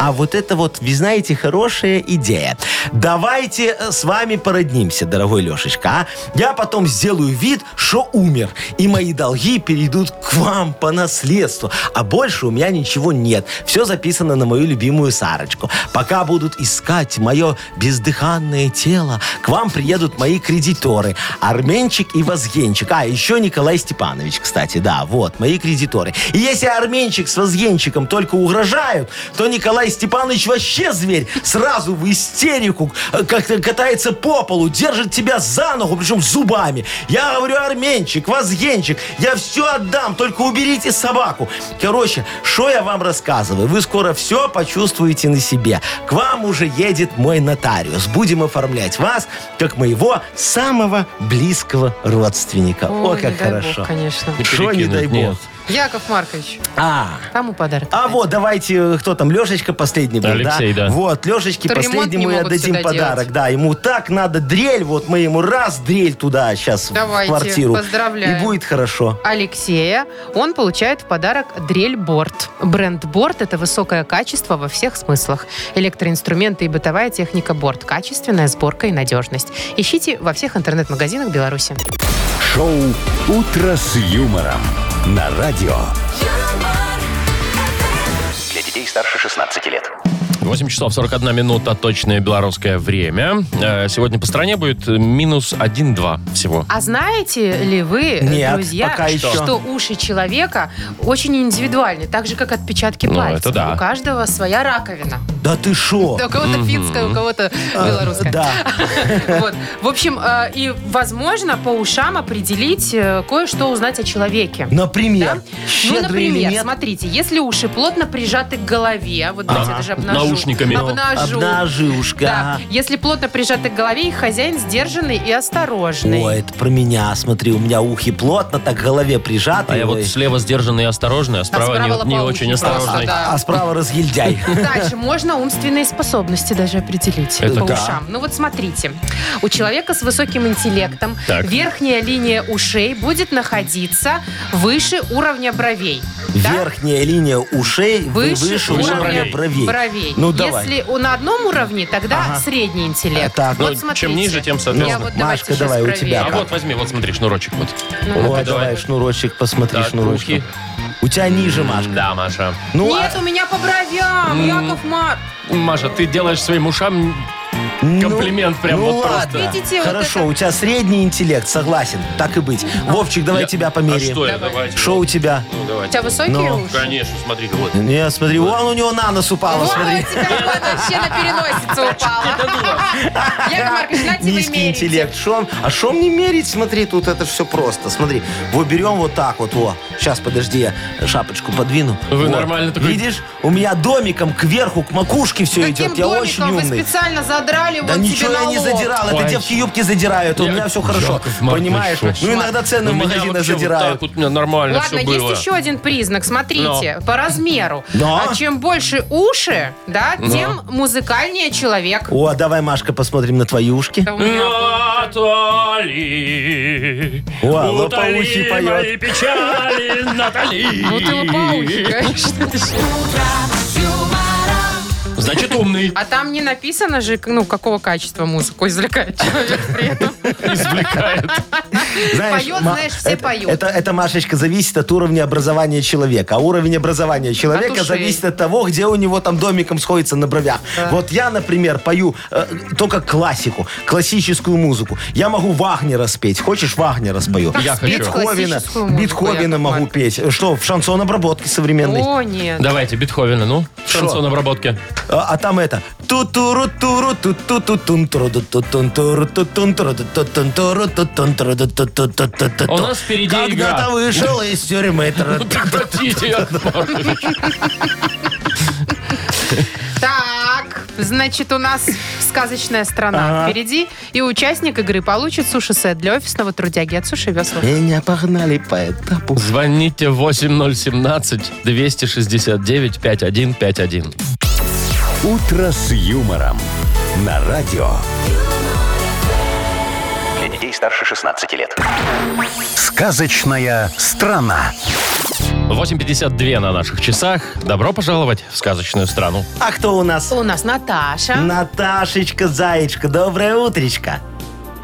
D: а вот это вот, вы знаете, хорошая идея. Давайте э, с вами породнимся, дорогой Лешечка. а? Я потом сделаю вид, что умер. И мои долги перейдут к вам по наследству. А больше у меня ничего нет. Все записано на мою любимую Сарочку. Пока будут искать мое бездыханное тело, к вам приедут мои кредиторы. Арменчик и Возгенчик. А, еще Николай Степанович, кстати, да, вот, мои кредиторы. И если Арменчик с Возгенчиком только угрожают, то Николай Степанович вообще зверь. Сразу в истерику, э, как-то катается по полу, держит тебя за ногу, причем зубами. Я говорю, Арменчик, Возгенчик, я все отдам, только уберите собаку. Короче, что я вам рассказываю? Вы скоро все почувствуете на себе. К вам уже едет мой нотариус. Будем оформлять вас, как моего самого близкого родственника. О,
C: Ой,
D: как
C: не дай бог,
D: хорошо.
C: конечно.
B: Не
D: Шо, не
B: перекинуть,
D: дай
B: нет.
D: бог.
C: Яков Маркович,
D: А,
C: кому подарок?
D: а вот, давайте, кто там, Лешечка последний был,
B: Алексей, да.
D: Вот, Лешечке
C: То ремонт не
D: последнему и
C: могут
D: отдадим
C: всегда
D: подарок.
C: делать.
D: Да, ему так надо дрель, вот мы ему раз дрель туда сейчас
C: Давайте,
D: в квартиру.
C: поздравляем.
D: И будет хорошо.
C: Алексея. Он получает в подарок дрель-борт. Бренд-борт – это высокое качество во всех смыслах. Электроинструменты и бытовая техника борт. Качественная сборка и надежность. Ищите во всех интернет-магазинах Беларуси.
A: Шоу «Утро с юмором» на радио.
E: Для детей старше 16 лет.
B: 8 часов 41 минута, точное белорусское время. Э, Сегодня по стране будет э, минус 1-2 всего.
C: А знаете ли вы, э,
D: Нет,
C: друзья,
D: пока
C: что?
D: еще.
C: уши человека очень индивидуальны, так же, как отпечатки
B: Ну,
C: пальцев.
B: это да.
C: У каждого своя раковина.
D: Да ты шо?
C: Да, у кого-то финская, у кого-то белорусская.
D: А, Да.
C: Вот. В общем, э, и возможно по ушам определить э, кое-что узнать о человеке. Да?
D: Например,
C: Ну,
D: щедрый или
C: например,
D: нет?
C: смотрите, если уши плотно прижаты к голове, вот давайте я даже обнажу.
B: Наушниками.
C: Обнажу.
D: Обнажушка.
C: Да. Если плотно прижаты к голове, их хозяин сдержанный и осторожный.
D: Ой, это про меня, смотри, у меня ухи плотно, так к голове прижаты.
B: А я вот
D: ой.
B: слева сдержанный и осторожный, а справа, не-
C: справа
B: не,
C: лопоухий
B: очень
C: просто,
B: осторожный.
C: да.
D: а справа разгильдяй.
C: Дальше можно умственные способности даже определить
B: Это
C: по
B: да.
C: ушам. Ну вот смотрите, у человека с высоким интеллектом
B: Так.
C: верхняя линия ушей будет находиться выше уровня бровей. *laughs* Да?
D: Верхняя линия ушей вы-
C: Выше,
D: выше
C: уровня
D: уровня бровей.
C: бровей.
D: Ну давай.
C: Если у- на одном уровне, тогда
D: Ага.
C: средний интеллект.
D: А так.
C: Вот
B: Ну,
C: смотрите.
B: чем ниже, тем, соответственно.
C: Я вот
D: Ну,
C: давайте
D: Машка,
C: щас
D: давай, у
C: проверю.
D: тебя
B: А
D: как?
B: вот возьми, вот смотри, шнурочек вот.
C: Ну,
D: Ой,
B: Ну-ка,
D: Ну, давай, шнурочек, посмотри,
B: Так,
D: шнурочек.
B: ухи.
D: У тебя ниже, Машка.
B: Да, Маша.
D: Ну,
C: Нет, у меня по бровям, Яков Мар.
B: Маша, ты делаешь своим ушам
D: а- ну,
B: комплимент прям
D: ну
B: вот
D: ладно.
B: просто.
C: Видите, вот
D: Хорошо, у тебя средний интеллект, согласен. Так и быть. Вовчик, давай
B: Я-
D: тебя
B: А
D: померяем.
B: что я? Давайте.
D: Шо у тебя?
B: Ну,
C: У тебя
B: давайте.
C: высокие
D: Ну,
C: уши?
B: Конечно, смотри, вот.
D: Не, смотри, вон у него на нос упало,
C: Ой,
D: смотри.
C: у тебя вот вообще на переносице упала. Яков Маркович, на тебе
D: Низкий интеллект. Шо, он- а что мне мерить? Смотри, тут это все просто. Смотри, вот берем вот так вот. О, сейчас, подожди, я шапочку подвину.
B: Вы
D: Вот.
B: нормально такой-
D: Видишь, у меня домиком кверху, к макушке все
C: Каким
D: идет. Я очень
C: домиком вы
D: умный.
C: специально задрали
D: Да
C: вон тебе
D: ничего
C: на
D: я не
C: лоб?
D: задирал.
B: Ой.
D: Это девки юбки задирают. У
B: Я-
D: меня все хорошо.
B: Яков Маркович,
D: Понимаешь?
B: шо?
D: Ну, иногда цены в
B: Ну, меня
D: магазинах
B: вообще вот
D: задирают.
B: так вот у меня нормально
C: Ладно,
B: все было.
C: есть еще один признак. Смотрите, по размеру.
D: Да.
C: А чем больше уши, да, тем музыкальнее человек.
D: О, давай, Машка, посмотрим на твои ушки.
C: Это у меня.
B: Натали,
D: О,
B: утоли
D: лопоухий
B: мои
D: поет. *laughs*
B: печали,
C: Ну ты лопоухий,
B: Натали.
C: конечно.
B: Значит, умный.
C: А там не написано же, ну, какого качества музыку извлекает человек при этом.
B: Извлекает.
C: Поет,
D: Ма-
C: знаешь, все
D: это,
C: поют.
D: Это, это, Машечка, зависит от уровня образования человека. А уровень образования человека
C: ушей.
D: зависит от того, где у него там домиком сходится на бровях. Вот я, например, пою э, только классику, классическую музыку. Я могу Вагнера спеть. Хочешь, Вагнера спою?
C: Как
B: Я
C: спеть
B: хочу.
D: Бетховена,
C: классическую музыку,
D: Бетховена
C: Яков
D: могу
C: Маркович?
D: петь. Что, в шансон обработке современной?
C: О, нет.
B: Давайте, Бетховена, ну, шансон обработки.
D: А, а там это ту ту ру ту ру ту ту ту тун тру ду ту тун ту ру ту тун тру ду ту тун ту ру ту тун тру ду ту ту ту ту ту
B: У
D: ту.
B: нас впереди игра. *laughs*
D: Когда-то вышел из тюрьмы. тру-
B: Прекратите, Яков Маркович.
C: Так, значит, у нас сказочная страна впереди. И участник игры получит суши-сет для офисного трудяги от Суши Весла.
D: Меня погнали по этапу.
B: Звоните 8017-269-5151.
A: «Утро с юмором» на радио.
E: Для детей старше 16 лет.
A: Сказочная страна.
B: 8.52 на наших часах. Добро пожаловать в сказочную страну.
D: А кто у нас?
C: У нас Наташа.
D: Наташечка, Заечка, доброе утречко.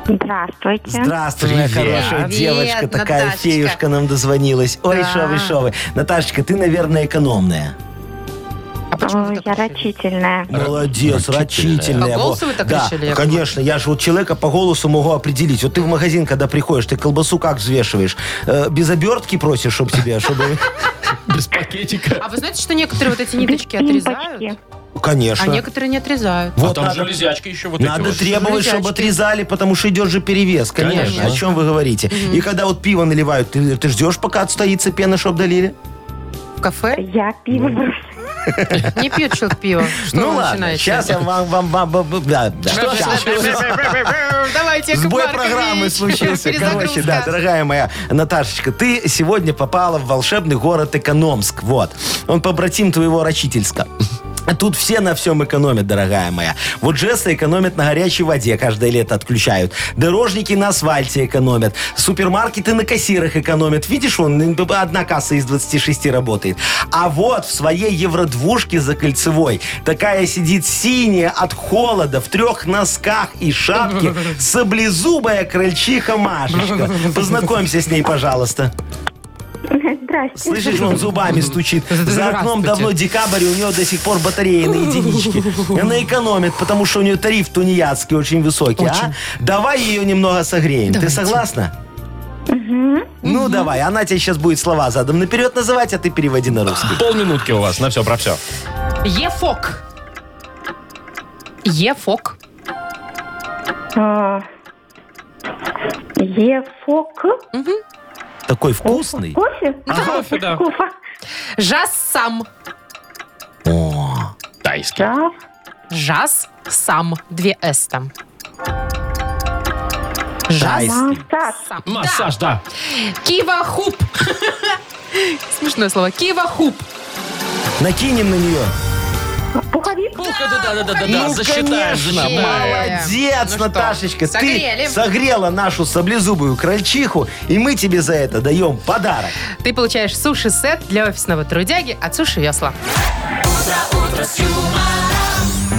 H: Здравствуйте.
D: Здравствуй, моя
B: Привет.
D: хорошая
C: Привет,
D: девочка. Такая
C: Наташечка.
D: феюшка нам дозвонилась. Ой,
C: Да.
D: шо вы, шо вы. Наташечка, ты, наверное, экономная.
C: А почему вы
H: Ой,
C: так
H: Я
C: решили?
H: рочительная.
D: Молодец,
B: Рачительная.
D: рачительная.
C: По голосу
D: Во.
C: вы так
D: да,
C: решили, Яков
D: конечно, я же вот человека по голосу могу определить. Вот ты в магазин, когда приходишь, ты колбасу как взвешиваешь? Э, без обертки просишь, чтобы
C: *laughs*
D: тебе, чтобы... *laughs*
B: Без пакетика.
C: А вы знаете, что некоторые вот эти ниточки
H: Пимпочки.
C: отрезают, а
D: Конечно.
C: некоторые не отрезают?
B: Вот
D: Вот
B: А там
D: надо-
B: железячка еще вот эти
D: Надо
B: вот.
D: требовать, чтобы
C: Железячки.
D: отрезали, потому что идет же перевес. Конечно.
B: Конечно.
D: О чем вы говорите? И когда вот пиво наливают, ты, ты ждешь, пока отстоится пена, чтобы долили?
C: кафе?
H: Я пиво брошу.
C: Не пьет человек пиво. Что
D: ну
C: вы
D: ладно,
C: начинаете?
D: сейчас я вам... вам, вам, вам- да, да. Щас.
C: Э, Давайте, Яков
D: Сбой
C: Маркович.
D: программы случился. Короче, да,
C: Перезагрузка.
D: дорогая моя Наташечка, ты сегодня попала в волшебный город Экономск. Вот. Он побратим твоего Рачительска. Тут все на всем экономят, дорогая моя. Вот жесты экономят на горячей воде, каждое лето отключают. Дорожники на асфальте экономят. Супермаркеты на кассирах экономят. Видишь, он одна касса из 26 работает. А вот в своей евродвушке за кольцевой такая сидит синяя от холода в трех носках и шапке саблезубая крольчиха Машечка. Познакомься с ней, пожалуйста.
H: Здрасте.
D: Слышишь, он зубами стучит. За окном
C: Здравствуйте.
D: давно декабрь, и у него до сих пор батареи на единичке. И Она экономит, потому что у нее тариф тунеядский очень высокий. а? Давай ее немного согреем. Ты согласна? Ну, давай. Она тебе сейчас будет слова задом наперед называть, а ты переводи на русский.
B: Полминутки у вас на все про все.
C: Ефок. Ефок.
H: А, Ефок.
D: Такой вкусный.
H: Кофе?
B: Кофе, да.
H: Кофе.
C: Жассам.
B: Тайский.
H: Да.
C: Жассам. Две «с» там. Жассам.
H: Массаж.
B: Массаж, да.
C: Кива-хуп. *laughs* Смешное слово. Кива-хуп.
D: Накинем на нее.
H: Пуховик.
B: Пуха, да, да, да, да, да.
D: Ну,
B: Засчитаем,
D: конечно,
B: засчитаем.
D: молодец,
C: Ну что,
D: Наташечка.
C: согрели?
D: Ты согрела нашу саблезубую крольчиху, и мы тебе за это даем подарок.
C: Ты получаешь суши-сет для офисного трудяги от Суши Весла.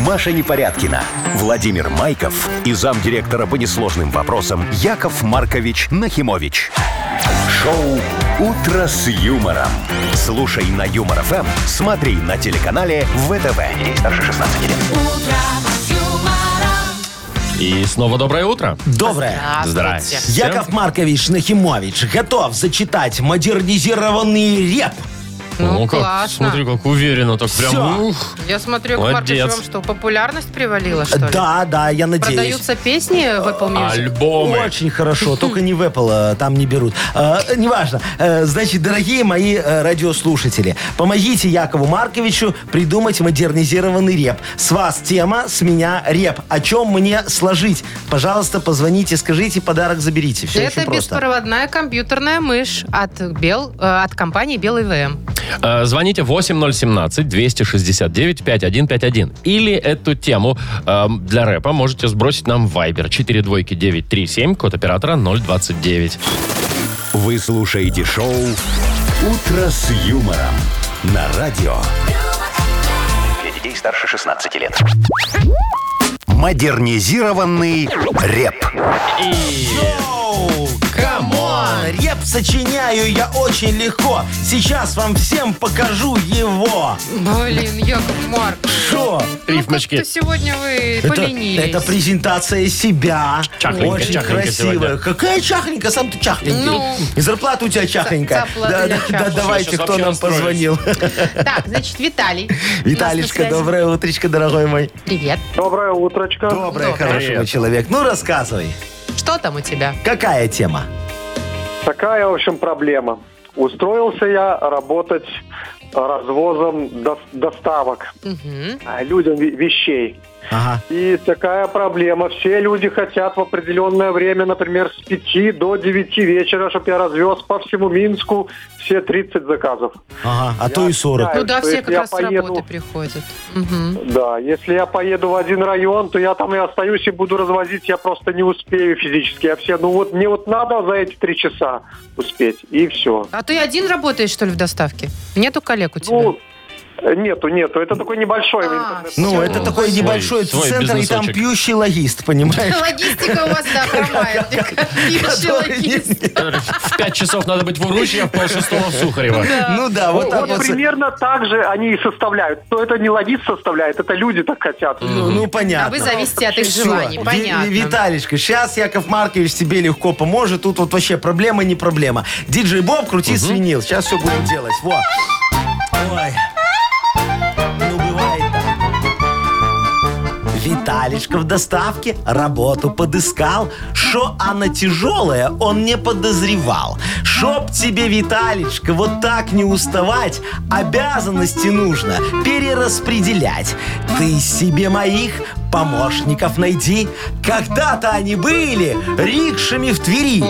A: Маша Непорядкина, Владимир Майков и замдиректора по несложным вопросам Яков Маркович Нахимович. Шоу «Утро с юмором». Слушай на Юмор ФМ, смотри на телеканале ВТВ. Здесь старше 16 лет.
B: И снова доброе утро.
D: Доброе.
B: Здрасте.
D: Яков Маркович Нахимович готов зачитать модернизированный реп.
C: Ну,
B: О, как,
C: классно.
B: Смотри, как уверенно, так прям.
D: Всё.
B: ух.
C: Я смотрю, Яков Маркович,
B: Молодец.
C: вам что, популярность привалила, что ли?
D: Да, А, да, я надеюсь.
C: Продаются песни в Apple Music?
B: Альбомы.
D: Очень хорошо, только не в Apple, э, там не берут. Э, неважно. Э, значит, дорогие мои э, радиослушатели, помогите Якову Марковичу придумать модернизированный реп. С вас тема, с меня реп. О чем мне сложить? Пожалуйста, позвоните, скажите, подарок заберите. Все
C: Это
D: очень просто.
C: беспроводная компьютерная мышь от, Бел, э, от компании Белый ВМ.
B: Э, Звоните 8017-269-5151. Или эту тему э, для рэпа можете сбросить нам в Viber 42937, код оператора 029.
A: Вы слушаете шоу «Утро с юмором» на радио.
E: Для детей старше 16 лет.
A: Модернизированный реп.
D: Оу, Камон! Реп сочиняю я очень легко. Сейчас вам всем покажу его.
C: Блин, Яков Марк.
D: Шо?
B: Рифмочки.
C: Как-то сегодня вы поленились.
D: это презентация себя.
B: Чахленько,
D: Очень
B: чахленько
D: красивая.
B: сегодня.
D: Какая чахленька? Сам ты чахленький.
C: Ну.
D: И зарплата у тебя чахленькая.
C: цапла для
D: Да, да, да,
C: чахленьких.
D: давайте,
B: Сейчас
D: кто
B: вообще
D: нам
B: расстроюсь.
D: позвонил.
C: Так, значит,
D: *laughs*
C: Виталий. у нас на
D: Виталичка,
C: связи.
D: доброе утречко, дорогой мой.
C: Привет.
G: Доброе утрочко.
D: Доброе,
C: Доброе.
D: хороший вы человек. Ну, рассказывай.
C: Что там у тебя?
D: Какая тема?
G: Такая, в общем, проблема. Устроился я работать развозом до- доставок
C: Мгм.
G: а, людям ви- вещей.
D: Ага.
G: И такая проблема. Все люди хотят в определенное время, например, с 5 до 9 вечера, чтобы я развез по всему Минску все 30 заказов.
D: Ага. А
G: Я
D: то и 40.
G: знаю,
C: Ну да,
G: что
C: все
G: если
C: как
G: я
C: раз с
G: поеду-
C: работы приходят. Мгм.
G: Да, если я поеду в один район, то я там и остаюсь и буду развозить, я просто не успею физически. Я все, ну вот мне вот надо за эти три часа успеть, и все.
C: А ты один работаешь, что ли, в доставке? Нету коллег у тебя?
G: Ну, э, нету, нету, это такой небольшой
C: А,
G: интернет.
D: Ну,
C: всё.
D: это такой
B: свой-
D: небольшой
B: свой
D: центр, и там
B: бизнесочек.
D: пьющий логист, понимаешь?
C: Логистика у вас, да, хромает. мне кажется.
D: *laughs* Который не-
C: Логистика.
B: В 5 часов надо быть в Уручье, а в полшестого в Сухарево.
D: Ну да, вот так
G: Вот
D: вот.
G: примерно так же они и составляют. Но это не логист составляет, это люди так хотят.
D: Ну, ну, понятно.
C: А вы зависите от их
D: Всё.
C: желаний,
D: Ви-
C: понятно.
D: Виталичка, сейчас Яков Маркович тебе легко поможет. Тут вот вообще проблема не проблема. Диджей Боб, крути свинил. Сейчас все будем делать. Во. Ой. Ну, бывает так. Виталичка в доставке работу подыскал. Шо она тяжелая, он не подозревал. Чтоб тебе, Виталичка, вот так не уставать, обязанности нужно перераспределять. Ты себе моих помощников найди. Когда-то они были рикшами в Твери.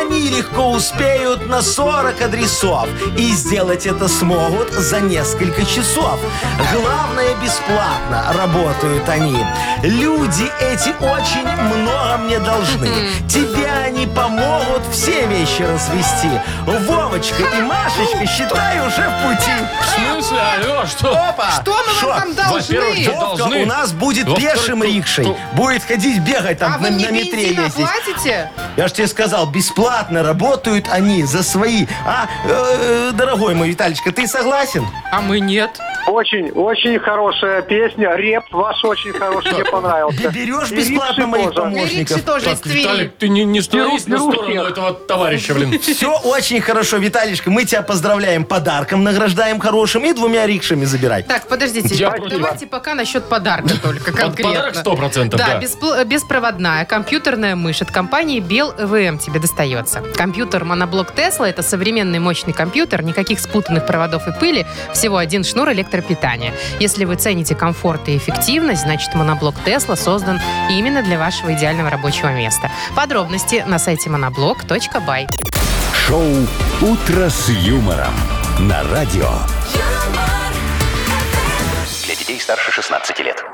D: Они легко успеют на 40 адресов. И сделать это смогут за несколько часов. Главное, бесплатно работают они. Люди эти очень много мне должны. Тебе они помогут все вещи развести. Вовочка и Машечка, считай, уже в
B: В
D: пути.
B: смысле? Алло, что?
D: Опа!
C: Что мы
D: Шо?
C: вам там должны?
B: Во-первых, да,
D: Вовка
B: должны.
D: у нас будет
B: Во-вторых,
D: пешим
B: ту-
D: рикшей.
B: ту-
D: Будет ходить, бегать там
C: А
D: на,
C: вы мне
D: на метре
C: бензин
D: ездить.
C: оплатите?
D: Я же тебе сказал, бесплатно работают они за свои. А, э, э, дорогой мой Виталичка, ты согласен?
C: А мы нет.
G: Очень, очень хорошая песня. Реп ваш очень хороший, мне
D: Бе-
G: понравился.
D: Берешь
G: И
D: бесплатно
G: рикши
D: моих
G: тоже.
D: помощников?
C: Рикши тоже из Твери.
B: Виталик, ты не, не становись на
G: беру
B: сторону
G: всех.
B: этого товарища, блин.
D: Все очень хорошо, Виталичка. Мы тебя поздравляем подарком, награждаем хорошим и двумя рикшами забирай.
C: Так, подождите, а
B: Я
C: давайте
B: против.
C: пока насчет подарка только конкретно.
B: подарок 100%, да.
C: беспл- э, беспроводная компьютерная мышь от компании Bell EVM тебе достается. Компьютер моноблок Tesla – это современный мощный компьютер, никаких спутанных проводов и пыли, всего один шнур электропитания. Если вы цените комфорт и эффективность, значит моноблок Tesla создан именно для вашего идеального рабочего места. Подробности на сайте monoblock.by.
A: Шоу «Утро с юмором» на радио.
E: Для детей старше 16 лет.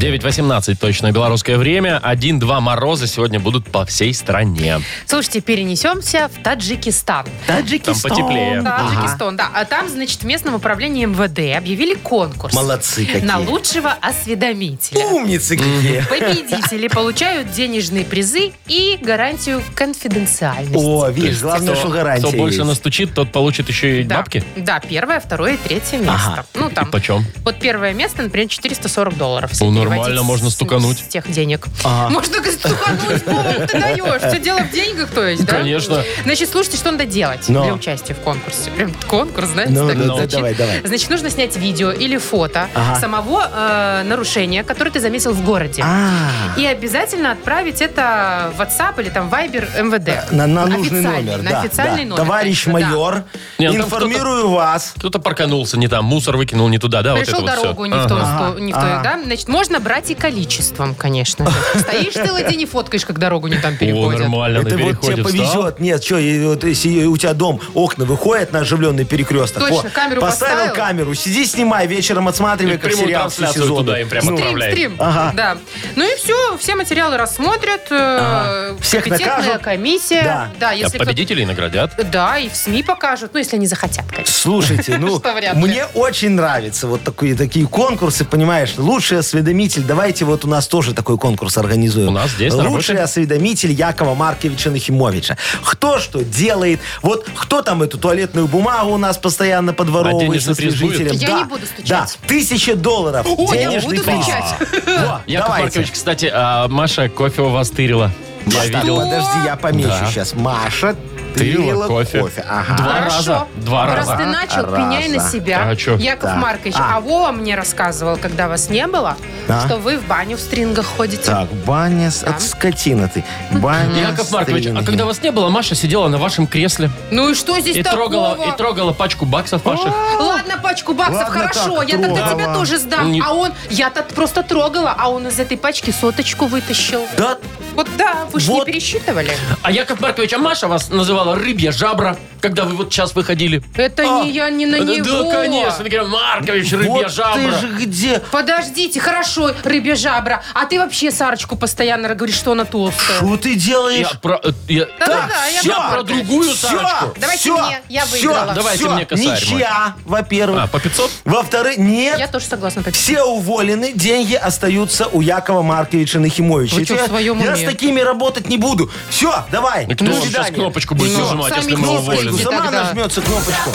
B: 9.18 точно белорусское время. Один-два мороза сегодня будут по всей стране.
C: Слушайте, перенесемся в Таджикистан.
D: Таджикистан.
B: Там потеплее.
C: Таджикистан, да. А там, значит, в местном управлении МВД объявили конкурс.
D: Молодцы какие.
C: На лучшего осведомителя.
D: Умницы какие.
C: Победители получают денежные призы и гарантию конфиденциальности.
D: О,
B: То
D: видишь,
B: есть
D: главное,
B: кто-
D: что гарантия
B: Кто больше
D: есть.
B: настучит, тот получит еще и
C: Да.
B: бабки.
C: Да, первое, второе, третье место.
D: Ага.
C: Ну, там,
B: Почем?
C: вот первое место, например, 440 долларов. если
B: Ну, нормально,
C: переводить
B: можно
C: с-
B: стукануть.
C: С тех денег.
D: Ага.
C: *laughs* Можно только стукануть, Вова, ты даешь. Все дело в деньгах, то есть, да?
B: Конечно.
C: Значит, слушайте, что надо делать
D: Но.
C: для участия в конкурсе. Прям конкурс, знаете,
D: Ну,
C: так
D: да,
C: звучит.
D: да, давай, давай.
C: Значит, нужно снять видео или фото
D: Ага.
C: самого э, нарушения, которое ты заметил в городе.
D: А,
C: И обязательно отправить это в WhatsApp или там Viber МВД.
D: на, на нужный
C: Официальный,
D: номер.
C: На
D: да,
C: официальный
D: да.
C: номер.
D: Товарищ
C: конечно, да.
D: майор,
B: Не, ну там
D: информирую вас.
B: Кто-то парканулся не там, мусор выкинул не туда, да?
C: Пришел
B: вот это
C: дорогу
B: вот
C: не в
B: все.
C: ту, сто- не в ту,
D: Ага. А.
C: да? Значит, можно брать и количеством, конечно.
D: *laughs*
C: же. Стоишь целый день и фоткаешь, как дорогу не там
B: О,
C: переходят.
B: нормально,
D: Это
B: на
D: вот
B: переходе
D: тебе
B: встал.
D: повезет. Нет, что, у тебя дом, окна выходят на оживленный перекресток.
C: Точно, камеру
D: поставил,
C: поставил.
D: камеру, сиди, снимай, вечером
B: И
D: отсматривай,
B: в
D: как
B: прямую
D: сериал всю
B: трансляцию
D: сезону. Ну,
B: туда им прямо
C: Стрим,
B: отправляй.
C: стрим.
D: Ага.
C: Да. Ну и все, все материалы рассмотрят. э,
D: Всех
C: компетентная
D: накажут.
C: комиссия.
D: Да.
B: А
C: если кто-
B: победителей наградят.
C: Да, и в СМИ покажут, ну, если они захотят, конечно. *laughs*
D: Слушайте, ну,
C: Что вряд ли.
D: мне очень нравятся вот такие, такие конкурсы, понимаешь? Лучший осведомитель. Давайте вот у нас тоже такой конкурс организуем.
B: У нас здесь на
D: Лучший
B: работе?
D: осведомитель Якова Марковича Нахимовича. Кто что делает? Вот кто там эту туалетную бумагу у нас постоянно
B: А
D: подворовывает
B: денежный
D: со
B: приз будет?
D: служителем?
C: Я
D: да,
C: не буду стучать.
D: Да, тысяча долларов.
C: О, я
D: денежный
C: буду
D: приз.
C: стучать.
D: Во,
B: *laughs* Яков
D: давайте.
B: Маркович, кстати, а Маша кофе у вас тырила. Я
D: Так,
B: видел.
D: Подожди, я помечу
B: Да.
D: сейчас. Маша, ты
B: Тырила
D: лила
B: кофе.
D: кофе. Ага.
B: Два
C: Хорошо.
B: раза. Два
C: Раз
B: раза.
C: ты начал,
D: Раза.
C: пеняй на себя.
B: А чё?
C: Яков
D: Да.
C: Маркович, а.
D: А.
C: Вова мне рассказывал, когда вас не было,
D: Да.
C: что вы в баню в стрингах ходите.
D: Так, баня с...
C: Да.
D: от скотина ты. Баня
B: Яков
D: с
B: Маркович, а
D: тыльной.
B: когда вас не было, Маша сидела на вашем кресле
C: Ну и что здесь
B: и
C: такого?
B: трогала, и трогала пачку баксов ваших.
C: Ладно, пачку баксов,
D: А! Ладно,
C: хорошо,
D: так,
C: я тогда
D: трогала.
C: тебя тоже сдам.
B: Не-
C: А он, я-то просто трогала, а он из этой пачки соточку вытащил.
D: Да,
C: Вот да, вы же
D: Вот.
C: не пересчитывали.
B: А Яков Маркович, а Маша вас называла рыбья жабра, когда вы вот сейчас выходили.
C: Это
D: А,
C: не я, не на
B: Да,
C: него.
B: да, конечно. Она говорила, Маркович, рыбья
D: вот ты
B: жабра.
D: же где?
C: Подождите, хорошо, рыбья жабра. А ты вообще Сарочку постоянно говоришь, что она толстая.
D: Что ты
B: Я
D: делаешь?
B: про... э, я-
C: Да-да-да, А я
B: всё,
C: про
B: про другую
D: всё,
B: Сарочку.
C: Давайте
D: всё,
C: мне, я
D: всё,
C: выиграла.
B: Давайте
D: всё.
B: мне косарь мой.
D: Ничья,
B: А,
D: во-первых.
B: по 500?
D: Во-вторых, нет.
C: Я тоже согласна. Пепси.
D: Все уволены, деньги остаются у Якова Марковича Нахимовича.
C: Вы
D: И
C: чё,
D: я-
C: в своем
D: я
C: уме?
D: с такими работать не буду. Все, давай.
B: И кто
D: до
B: же ну, сейчас
D: свидания.
B: кнопочку будет
C: Ну,
B: нажимать,
C: сами
B: если мы
C: кнопочку
B: уволены?
C: за-
D: Сама
C: Тогда.
D: нажмется кнопочку.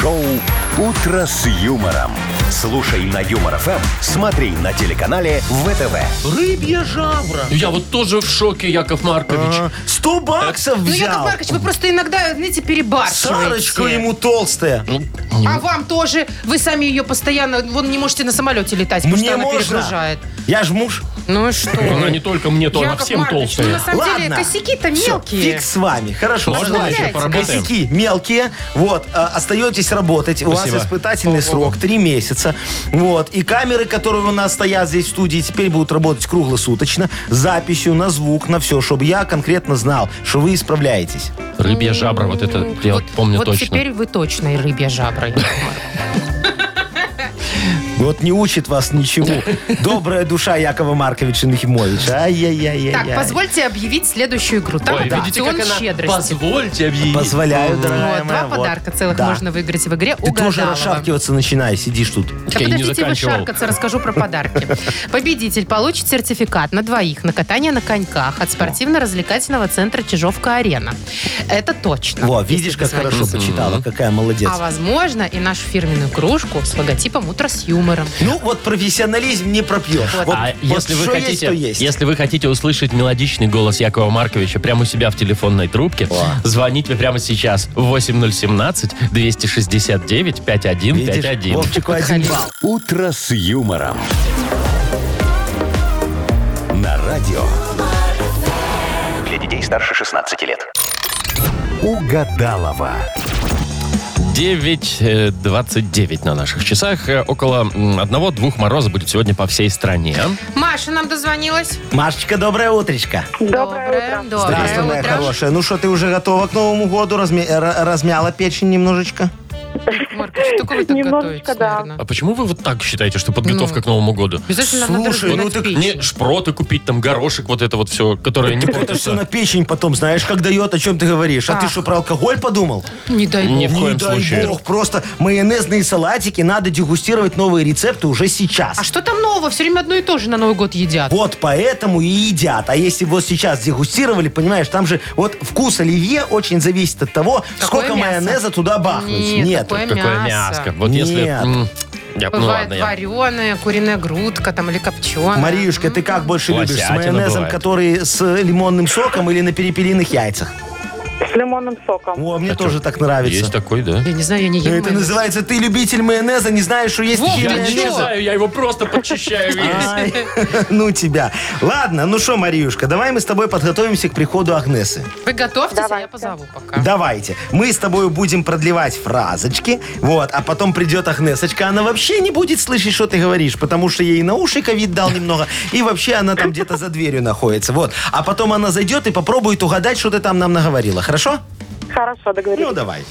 A: Шоу «Утро с юмором» Слушай на Юмор ФМ, смотри на телеканале ВТВ.
D: Рыбья жабра.
B: Я вот тоже в шоке, Яков Маркович.
D: 100 баксов
C: Ну, Яков
D: взял.
C: Маркович, вы просто иногда, знаете, перебарщиваете.
D: Сарочка ему толстая.
C: А вам тоже? Вы сами ее постоянно... Вон не можете на самолете летать, потому
D: Мне
C: что она
D: можно.
C: перегружает.
D: Я ж муж.
C: Ну и что?
B: Она не только мне, то она
C: Яков
B: всем
C: Маркович, ну
B: толстая.
C: на самом деле
D: Ладно.
C: косяки-то
D: Всё,
C: мелкие.
D: фиг с вами. Хорошо.
B: Можно
D: давайте.
C: еще
B: поработаем?
D: ну, Косяки мелкие. Вот, э, остаетесь работать. У вас
B: Спасибо.
D: испытательный срок, три месяца. Вот. И камеры, которые у нас стоят здесь в студии, теперь будут работать круглосуточно. С записью на звук, на все, чтобы я конкретно знал, что вы исправляетесь.
B: Рыбья жабра, вот это я вот помню
C: вот
B: точно.
C: теперь вы точно и рыбья жабра. *laughs* Яков Маркович.
D: Вот не учит
C: *laughs*
D: вас ничему. Добрая душа Якова Марковича Нахимовича. Ай-яй-яй-яй.
C: Так, позвольте объявить следующую игру. Там
B: Ой, видите, как
C: аукцион
B: она...
C: щедрости.
B: Позвольте объявить.
D: Позволяю, дорогая
C: Вот,
D: моя.
C: Ну, два
D: вот.
C: подарка целых
D: Да.
C: можно выиграть в игре
D: Ты тоже
C: Угадалова.
D: расшаркиваться начинаешь, сидишь тут.
C: Да
B: Я и не
C: подождите вы
B: заканчивал.
C: шаркаться, расскажу про
D: *laughs*
C: подарки. Победитель получит сертификат на двоих на катание на коньках от спортивно-развлекательного центра Чижовка-Арена. Это точно.
D: Во,
C: если
D: видишь,
C: ты
D: как
C: звонишь.
D: хорошо почитала, какая молодец.
C: А возможно и нашу фирменную кружку с логотипом «Утро с юмором».
D: Ну, вот профессионализм не пропьешь.
C: Вот.
D: Вот,
B: А
D: вот
B: если вы
D: что
B: хотите,
D: есть, то есть.
B: если вы хотите услышать мелодичный голос Якова Марковича прямо у себя в телефонной трубке, звоните прямо сейчас 8017 269
D: Видишь,
B: 5151.
D: Вовчику один балл.
A: Утро с юмором. На радио
E: Для детей старше 16 лет.
A: Угадалова.
B: 9.29 на наших часах. Э, Около м, одного-двух мороза будет сегодня по всей стране.
C: Маша нам дозвонилась.
D: Машечка, доброе утречко.
H: Доброе утро.
D: Здравствуй, моя
C: утро.
D: хорошая. Ну что, ты уже готова к Новому году? Разме- э, ра- размяла печень немножечко?
C: Маркович, только вы так
H: Немножечко,
C: готовитесь,
H: да.
B: А
C: наверное.
B: почему вы вот так считаете, что подготовка
C: Ну.
B: к Новому году?
C: Обязательно надо
D: Слушай, ну
C: разгонять
D: так
C: печень.
B: Не шпроты купить, там горошек, вот это вот все, которое не
D: Это все на
B: портится.
D: печень потом, знаешь, как дает, о чем ты говоришь. А ты
C: Ах.
D: что, про алкоголь подумал?
C: Не дай бог.
B: Не в
D: Не
B: коем
D: дай
B: случае.
D: бог, просто майонезные салатики надо дегустировать новые рецепты уже сейчас.
C: А что там нового? Все время одно и то же на Новый год едят.
D: Вот поэтому и едят. А если вот сейчас дегустировали, понимаешь, там же вот вкус оливье очень зависит от того,
C: Какое
D: сколько
C: мясо?
D: майонеза туда бахнуть.
C: Нет, такое
B: Какое
C: мясо.
B: мяско. Вот если...
D: Нет.
B: м, я- Ну
C: Бывает
B: ладно, я-
C: вареная, куриная грудка там или копченая.
D: Мариюшка, ты как больше любишь? С
B: Лосятина
D: майонезом,
B: бывает.
D: который с лимонным соком или на перепелиных яйцах?
F: С лимонным соком.
D: О, мне тоже так нравится.
B: Есть такой, да?
C: Я не знаю, я не ем.
D: ну Это
C: майонез.
D: называется, ты любитель майонеза, не знаешь, что есть
C: Вов,
D: такие
C: ты
B: Я не
C: чё?
D: майонезы?
B: читаю, я его просто подчищаю весь.
D: Ай, *laughs* ну тебя. Ладно, ну что, Мариюшка, давай мы с тобой подготовимся к приходу Агнесы.
C: Вы готовьтесь, а я
F: Давайте.
C: позову пока.
D: Давайте. Мы с тобой будем продлевать фразочки, вот, а потом придет Агнесочка, она вообще не будет слышать, что ты говоришь, потому что ей на уши ковид дал немного, и вообще она там где-то за дверью находится, вот. А потом она зайдет и попробует угадать, что ты там нам наговорила, хорошо?
F: Хорошо, договорились.
D: Ну, давай.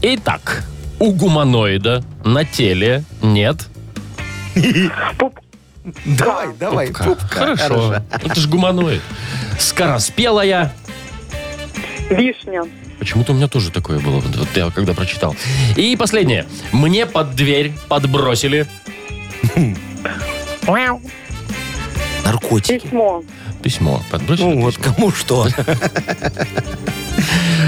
B: Итак, у гуманоида на теле нет
D: Давай, давай.
B: пупка.
D: пупка.
B: Хорошо. Это же гуманоид. Скороспелая.
F: Вишня.
B: Почему-то у меня тоже такое было, вот вот я когда прочитал. И последнее. Мне под дверь подбросили
D: Наркотики.
F: Письмо.
B: письмо. Подбросили
D: Ну вот,
B: письмо.
D: кому что.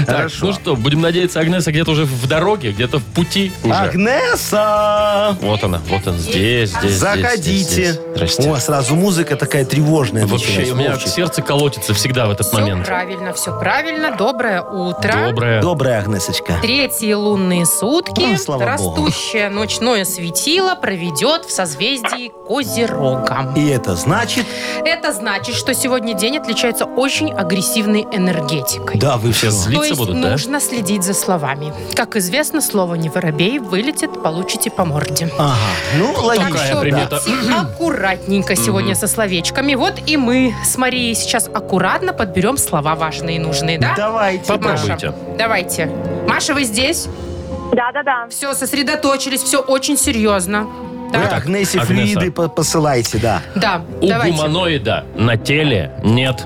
B: Так, ну что, будем надеяться, Агнеса где-то уже в дороге, где-то в пути уже.
D: Агнеса!
B: Вот она, вот она, здесь, здесь, здесь, здесь,
D: Заходите.
B: здесь.
D: О,
B: Здрасте. Ну,
D: сразу музыка такая тревожная.
B: Вообще,
D: началась,
B: у меня
D: Вовчик.
B: сердце колотится всегда в этот
C: Все
B: момент.
C: правильно, все правильно. Доброе утро.
B: Доброе.
D: Добрая Агнесочка.
C: Третьи лунные сутки
D: Ну, слава богу.
C: растущее ночное светило проведет в созвездии Козерога.
D: И это значит,
C: Это значит, что сегодня день отличается очень агрессивной энергетикой.
D: да, вы все
B: Сейчас
C: То
B: злиться
C: есть
B: будут, да?
C: нужно следить за словами. Как известно, слово «не воробей» вылетит, получите по морде.
D: Ага, ну логично.
C: Так что
B: Такая примета.
C: будьте аккуратненько сегодня со словечками. Вот и мы с Марией сейчас аккуратно подберем слова важные и нужные, да?
D: да. Давайте.
B: Попробуй.
D: Маша.
C: Маша,
B: Попробуйте.
C: давайте. Маша, вы здесь?
H: Да-да-да.
C: Все, сосредоточились, все очень серьезно.
D: Вы
C: Да,
D: Агнесе
B: Агнеса.
D: флюиды по- посылайте, да.
C: да
B: У
C: давайте.
B: гуманоида на теле нет.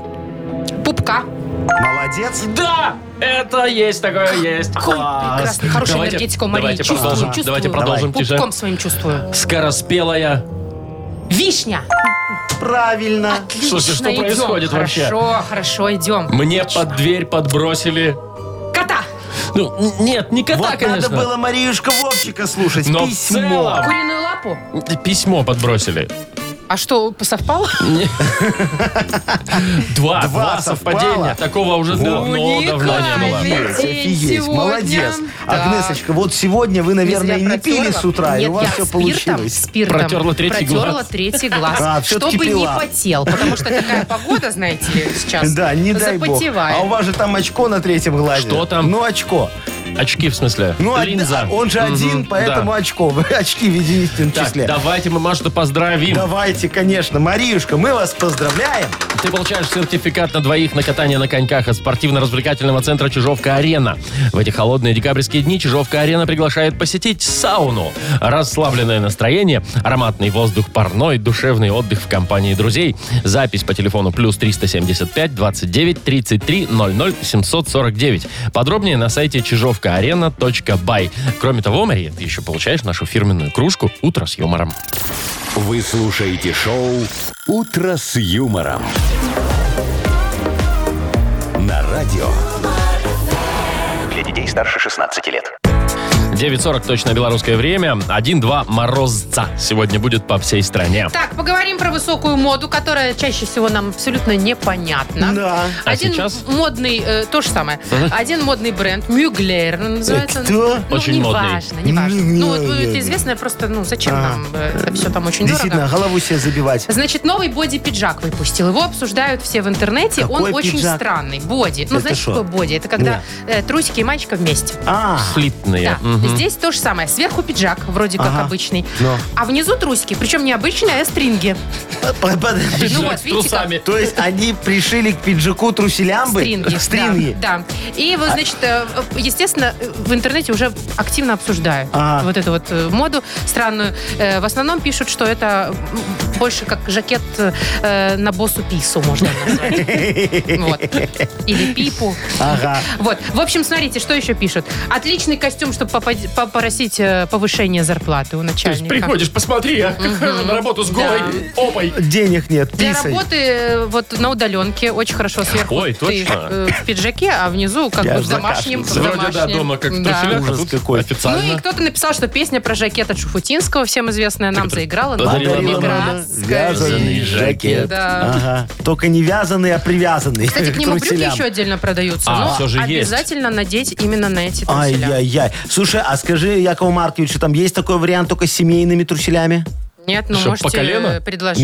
C: Пупка.
D: Молодец.
B: Да! Это есть такое, есть. Класс.
C: Прекрасно, хорошая
B: А, Давайте-
C: энергетика у Марии.
B: Давайте
C: чувствую,
B: продолжим.
C: чувствую.
B: Давайте продолжим
C: Пупком
B: тише.
C: своим чувствую.
B: Скороспелая.
C: Вишня.
D: Правильно.
B: А,
C: Отлично,
B: Слушай, что
C: идем.
B: происходит
C: хорошо,
B: вообще?
C: Хорошо, хорошо, идем.
B: Мне под дверь подбросили
C: Кота.
B: Ну, н- нет, не кота,
D: вот
B: конечно.
D: надо было Мариюшка Вовчика слушать.
B: Но в
D: письмо.
B: целом-
C: Куриную лапу?
B: Письмо подбросили.
C: А что, совпало?
B: Два,
D: Два
B: два
D: совпало.
B: совпадения. Такого уже давно, давно не было.
C: Уникальный. День
D: Офигеть,
C: сегодня.
D: молодец.
C: Да.
D: Агнесочка, вот сегодня вы, наверное, и
C: Если я
D: не пили
C: протерла-
D: с утра, и
C: Нет,
D: у вас
C: я
D: все
C: спиртом,
D: получилось.
C: спиртом
B: Протерла третий глаз.
C: протерла третий глаз,
D: *laughs* А, всё-таки
C: чтобы не
D: пила.
C: потел. Потому что такая погода, знаете
D: *laughs*
C: ли, сейчас
D: Да, не дай бог.
C: запотевает.
D: А у вас же там очко на третьем глазе.
B: Что там?
D: Ну, очко.
B: Очки, в смысле.
D: Ну, од-
B: Линза.
D: он же
B: Мгм,
D: один, поэтому
B: да.
D: очко. *laughs* Вы очки в единственном
B: Так,
D: числе.
B: давайте мы Машу поздравим.
D: Давайте, конечно. Мариюшка, мы вас поздравляем.
B: Ты получаешь сертификат на двоих на катание на коньках от спортивно-развлекательного центра «Чижовка-арена». В эти холодные декабрьские дни «Чижовка-арена» приглашает посетить сауну. Расслабленное настроение, ароматный воздух парной, душевный отдых в компании друзей. Запись по телефону плюс 375 29 33 00 749. Подробнее на сайте чижовкаарена.бай. Кроме того, Мария, ты еще получаешь нашу фирменную кружку «Утро с юмором».
A: Вы слушаете шоу «Утро с юмором». На радио.
E: Для детей старше 16 лет.
B: 9.40 точно белорусское время. 1-2 морозца сегодня будет по всей стране.
C: Так, поговорим про высокую моду, которая чаще всего нам абсолютно непонятна.
D: Да.
B: А
C: Один
B: сейчас?
C: модный, э, то же самое, один модный бренд, Мюглер он называется.
D: Кто?
C: Ну,
B: Очень
C: неважно, неважно.
D: Мюглер.
C: Ну, вот, это известно, просто, ну, зачем
D: А.
C: нам э, это все там очень
D: Действительно,
C: дорого.
D: голову себе забивать.
C: Значит, новый боди-пиджак выпустил. Его обсуждают все в интернете.
D: Какой
C: Он очень
D: пиджак?
C: странный. Боди. Ну,
D: Это
C: знаете,
D: шо?
C: что боди? Это когда э, трусики и маечка вместе.
D: А,
B: Слитные.
C: Да.
B: Мгм.
C: Здесь то же самое. Сверху пиджак, вроде как
D: Ага.
C: обычный.
D: Но.
C: А внизу трусики. Причем не обычные, а стринги.
D: под- под-
B: Пиджак
C: ну вот,
B: с
C: видите,
B: трусами.
D: то есть они пришили к пиджаку труселямбы?
C: Стринги.
D: Стринги. А-
C: Да, да. И вот, значит, э, э, естественно, э, в интернете уже активно обсуждают
D: Ага.
C: вот эту вот э, моду странную. Э, В основном пишут, что это м, больше как жакет э, на боссу пису, можно назвать. Вот.
D: *laughs*
C: Или пипу.
D: *laughs* Ага.
C: Вот. В общем, смотрите, что еще пишут. Отличный костюм, чтобы попади- попросить э, повышение зарплаты у
B: То есть
C: начальника.
B: приходишь, посмотри, а, на работу с голой опой.
D: Денег нет,
C: Для
D: писай.
C: работы э, вот на удаленке очень хорошо сверху.
B: Ой,
C: ты,
B: точно.
C: э, в пиджаке, а внизу как
D: Я
C: бы в
D: ж
C: домашнем.
D: закашлялся.
C: в
B: Вроде да,
C: домашнем.
B: дома как в
C: Да.
B: труселях, а
D: Ужас
B: тут
D: какой.
C: Ну и
B: официально.
C: кто-то написал, что песня про жакет от Шуфутинского, всем известная, нам
B: Как-то
C: заиграла.
B: подарила
C: «Новая
B: нам
C: мигрантская».
B: вязаный жакет.
C: Да.
D: Ага. Только не вязаный, а привязанный.
C: Кстати, к нему брюки
D: труселям.
C: еще отдельно продаются.
B: А,
C: но
B: всё же есть.
C: обязательно надеть именно на эти труселя.
D: Ай-яй-яй. Слушай, а скажи, Якову Марковичу, там есть такой вариант только с семейными труселями?
C: Нет, ну
B: Чтоб по
C: можете
B: колено?
C: э, предложить.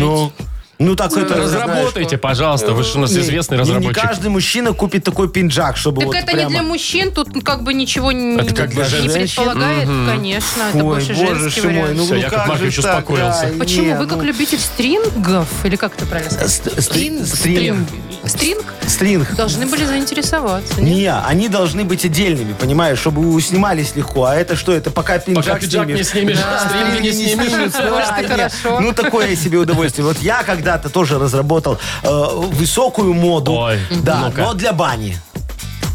D: ну так это...
B: Разработайте, пожалуйста, вы же у нас
D: знаешь,
B: известный
D: не- Не,
B: разработчик.
D: каждый мужчина купит такой пинджак, чтобы
C: Так
D: вот
C: это
D: прямо-
C: не для мужчин, тут ну, как бы ничего не,
B: Это как бы
C: не
D: женщин.
C: предполагает, конечно. это
D: Ой,
C: больше
D: боже
C: женский
D: ж мой,
C: вариант.
D: ну,
B: Всё,
D: ну
B: Яков
D: как же
B: Маркович
D: так, да,
B: успокоился.
D: не,
C: Почему? Вы как
D: ну, э,
C: любитель стрингов? Или как это правильно сказать?
D: ст- стри-
C: Стринг.
D: стринг.
C: Стринг?
D: Стринг.
C: Должны были заинтересоваться. нет?
D: Не, они должны быть отдельными, понимаешь, чтобы у- снимались легко. А это что, это пока пинджак,
B: Пока пиджак не
D: снимешь.
B: снимешь, стринги не снимешь.
D: снимутся.
C: Может, и
D: Ай,
C: хорошо.
D: Ну, такое себе удовольствие. Вот я когда-то тоже разработал э, высокую моду.
B: Ой,
D: да,
B: ну-ка.
D: но для бани.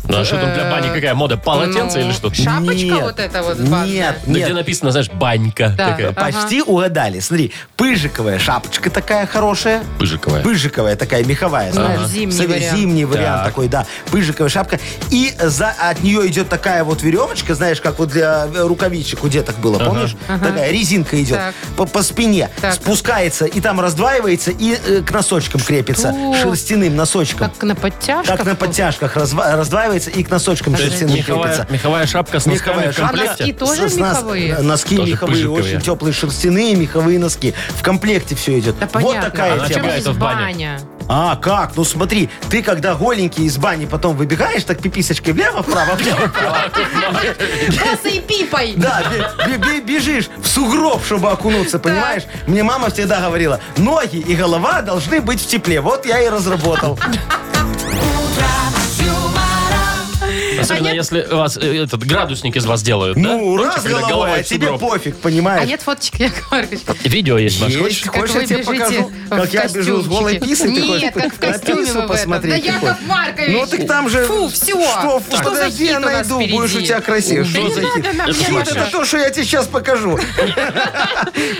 B: Ну а что там для бани? Какая мода? Полотенце
C: Ну,
B: или что?
C: ша- Шапочка
D: Нет,
C: вот эта вот банная?
D: Нет,
B: Ну,
D: нет.
B: Где написано, знаешь, банька
C: Да.
B: такая.
C: Ага.
D: Почти угадали. Смотри, пыжиковая шапочка такая хорошая.
B: Пыжиковая.
D: Пыжиковая такая, меховая, знаешь.
C: зимний
D: Смотри,
C: вариант.
D: зимний вариант
B: Так.
D: такой, да. Пыжиковая шапка. И за, от нее идет такая вот веревочка, знаешь, как вот для э, рукавичек у деток было, помнишь? Такая резинка идет
C: Так.
D: по, по спине.
C: Так.
D: Спускается и там раздваивается, и э, к носочкам крепится.
C: Что?
D: Шерстяным носочком.
C: Как на подтяжках?
D: Как на подтяжках разва- раздваивается и к носочкам
B: То есть
D: шерстяным
B: меховая,
D: крепится.
B: меховая шапка с носками
D: Меховая
B: в
D: шапка.
C: А
B: комплекте.
C: носки тоже
D: С- с нас- э,
C: меховые?
D: Носки
B: Тоже
D: меховые,
B: пыжиковые.
D: очень теплые шерстяные меховые носки. В комплекте все идет.
C: Да
D: вот
C: понятно.
D: такая
C: а
B: Она
D: тема.
C: почему
B: тебя это
C: здесь
B: в бане?
C: баня?
D: А, как? Ну смотри, ты когда голенький из бани потом выбегаешь, так пиписочкой влево-вправо,
B: *laughs*
D: влево-вправо.
C: Босой пипой!
D: Да, бе- бе- бе- бежишь в сугроб, чтобы окунуться, понимаешь? Мне мама всегда говорила, ноги и голова должны быть в тепле. Вот я и
B: *laughs*
D: разработал.
C: А
B: Особенно если вас э, этот градусник из вас делают, да?
D: Ну,
B: Помните,
D: раз
B: когда
D: головой,
B: головой
D: а
B: в
D: тебе
B: сугроб?
D: пофиг, понимаешь?
C: А нет фоточки, Яков Маркович?
B: Видео есть, Маш, хочешь?
D: Есть, хочешь, я
C: вы
D: тебе
C: бежите
D: покажу, как
C: в
D: я бежу с голой
C: костюмчике?
D: писой? ты хочешь
C: Нет, как в костюме
D: на
C: вы
D: пису
C: в этом. Да
D: посмотреть? ты
C: Яков
D: хочешь?
C: Маркович!
D: Ну так там же...
C: Фу, все!
D: Что,
C: Что за
D: подожди, я
C: хит у нас
D: найду,
C: впереди?
D: будешь у тебя красиво.
C: Да
D: Что
C: не
D: за
C: надо
D: хит?
C: нам,
D: Хит
C: Яков
D: это Ну, то, что я тебе сейчас покажу.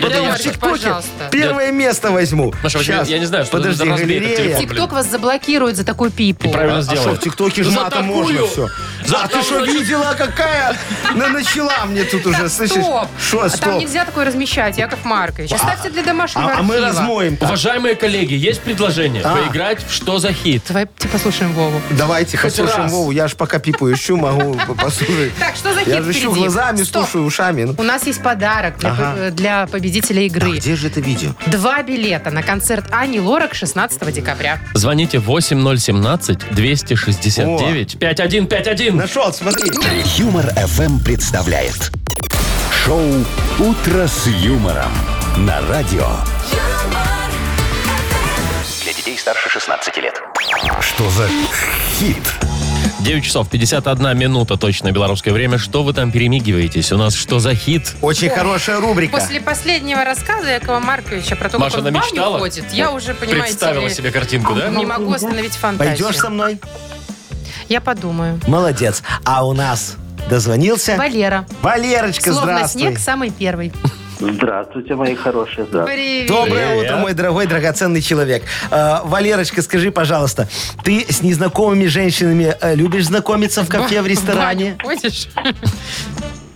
D: Потом в
C: Яков,
D: ТикТоке
C: пожалуйста.
D: первое место возьму.
B: Маша, вот я-
D: Щас,
B: я не знаю, что это
D: Подожди,
B: за разбей этот
D: галерея.
B: телефон.
C: Тикток вас заблокирует за такую пипу.
B: Правильно
D: А что,
B: сделали.
D: в ТикТоке
B: За
D: жмата можно
B: такую?
D: все. А ты что, видела, какая на- начала мне тут уже,
C: Так,
D: слышишь?
C: стоп.
D: Что,
C: А Там
D: стоп?
C: нельзя такое размещать, Яков Маркович. Оставьте для домашнего
D: А а мы
C: архива.
D: размоем.
B: *laughs* Уважаемые коллеги, есть предложение
D: А.
B: поиграть в «Что за хит»?
C: Давайте типа, послушаем Вову.
D: Давайте
B: Хоть
D: послушаем
B: раз.
D: Вову. Я ж пока пипу ищу, могу *laughs* послушать.
C: Так, что за
D: Я
C: хит
D: же ищу
C: впереди?
D: глазами,
C: Стоп.
D: слушаю ушами. Ну,
C: У нас есть подарок для,
D: Ага.
C: п- для победителя игры.
D: Где же это видео?
C: Два билета на концерт Ани Лорак 16 декабря.
B: Звоните 8017-269-5151.
D: Нашел, смотри.
A: Юмор FM представляет шоу Утро с юмором на радио.
E: Для детей старше 16 лет.
A: Что за хит?
B: 9 часов 51 минута точно белорусское время. Что вы там перемигиваетесь? У нас «Что за хит»?
D: Очень хорошая рубрика.
C: После последнего рассказа Якова Марковича про то,
B: Маша
C: как он в баню
B: намечтала? Ну,
C: ходит, я уже, понимаете э,
B: Представила
C: ли,
B: себе картинку, да?
C: не могу остановить фантазию.
D: Пойдешь со мной?
C: Я подумаю.
D: Молодец. А у нас дозвонился
C: Валера.
D: Валерочка,
C: Словно
D: здравствуй.
C: снег, самый первый.
I: Здравствуйте, мои хорошие. Здравствуйте.
C: Привет.
D: Доброе
B: Привет.
D: утро, мой дорогой драгоценный человек. Э, Валерочка, скажи, пожалуйста, ты с незнакомыми женщинами э, любишь знакомиться в кафе, в ресторане?
C: баню Ходишь?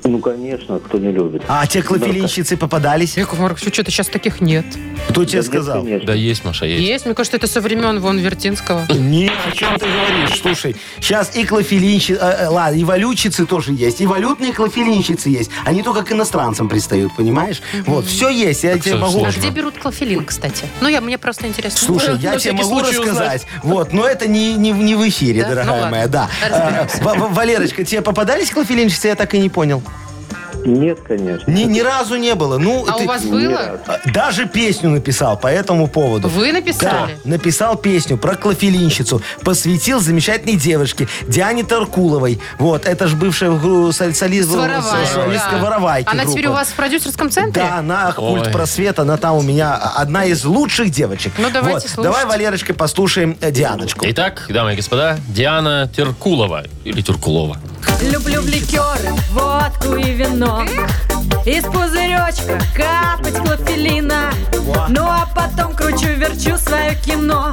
I: Ну, конечно, кто не любит.
D: А те клофелинщицы попадались?
C: Яков Маркович, что-то сейчас таких нет.
D: Кто тебе
I: Да нет,
D: сказал?
I: конечно.
B: Да есть, Маша, есть.
C: Есть, мне кажется, это со времен вон Вертинского.
D: Нет, о чем ты говоришь? Слушай, сейчас и клофелинщицы, ладно, и валютчицы тоже есть, и валютные клофелинщицы есть. Они только к иностранцам пристают, понимаешь? Вот, все есть, я тебе
B: что,
D: могу...
C: А
B: Сложно.
C: где берут клофелин, кстати? Ну, я, мне просто интересно.
D: Слушай,
B: Ну,
D: я
B: на всякий
D: тебе могу
B: случай
D: рассказать. Вот, но это не, не, в- не в эфире,
C: Да? Ну
D: дорогая
C: ладно.
D: моя, да.
C: Разберемся.
D: Э, Ва- Ва- Валерочка, тебе попадались клофелинщицы, я так и не понял.
I: Нет, конечно.
D: Ни, ни разу не было. Ну,
C: А
D: ты-
C: у вас
I: ни
C: было?
I: разу.
D: э, даже песню написал по этому поводу.
C: Вы
D: Да,
C: написали?
D: написал песню про клофелинщицу. Посвятил замечательной девушке Диане Таркуловой. Вот, это же бывшая гру- соль- солист,
C: Своровая,
D: солистка
C: да.
D: Воровайки.
C: Она А
D: группы.
C: теперь у вас в продюсерском центре?
D: Да, на
B: Ой.
D: культ просвет, она там у меня одна из лучших девочек.
C: Ну, давайте
D: Вот,
C: слушать.
D: Давай, Валерочка, послушаем э, Дианочку.
B: Итак, дамы и господа, Диана Теркулова. Или Тюркулова.
J: Люблю в ликеры, водку и вино Из пузыречка капать клофелина Ну а потом кручу-верчу свое кино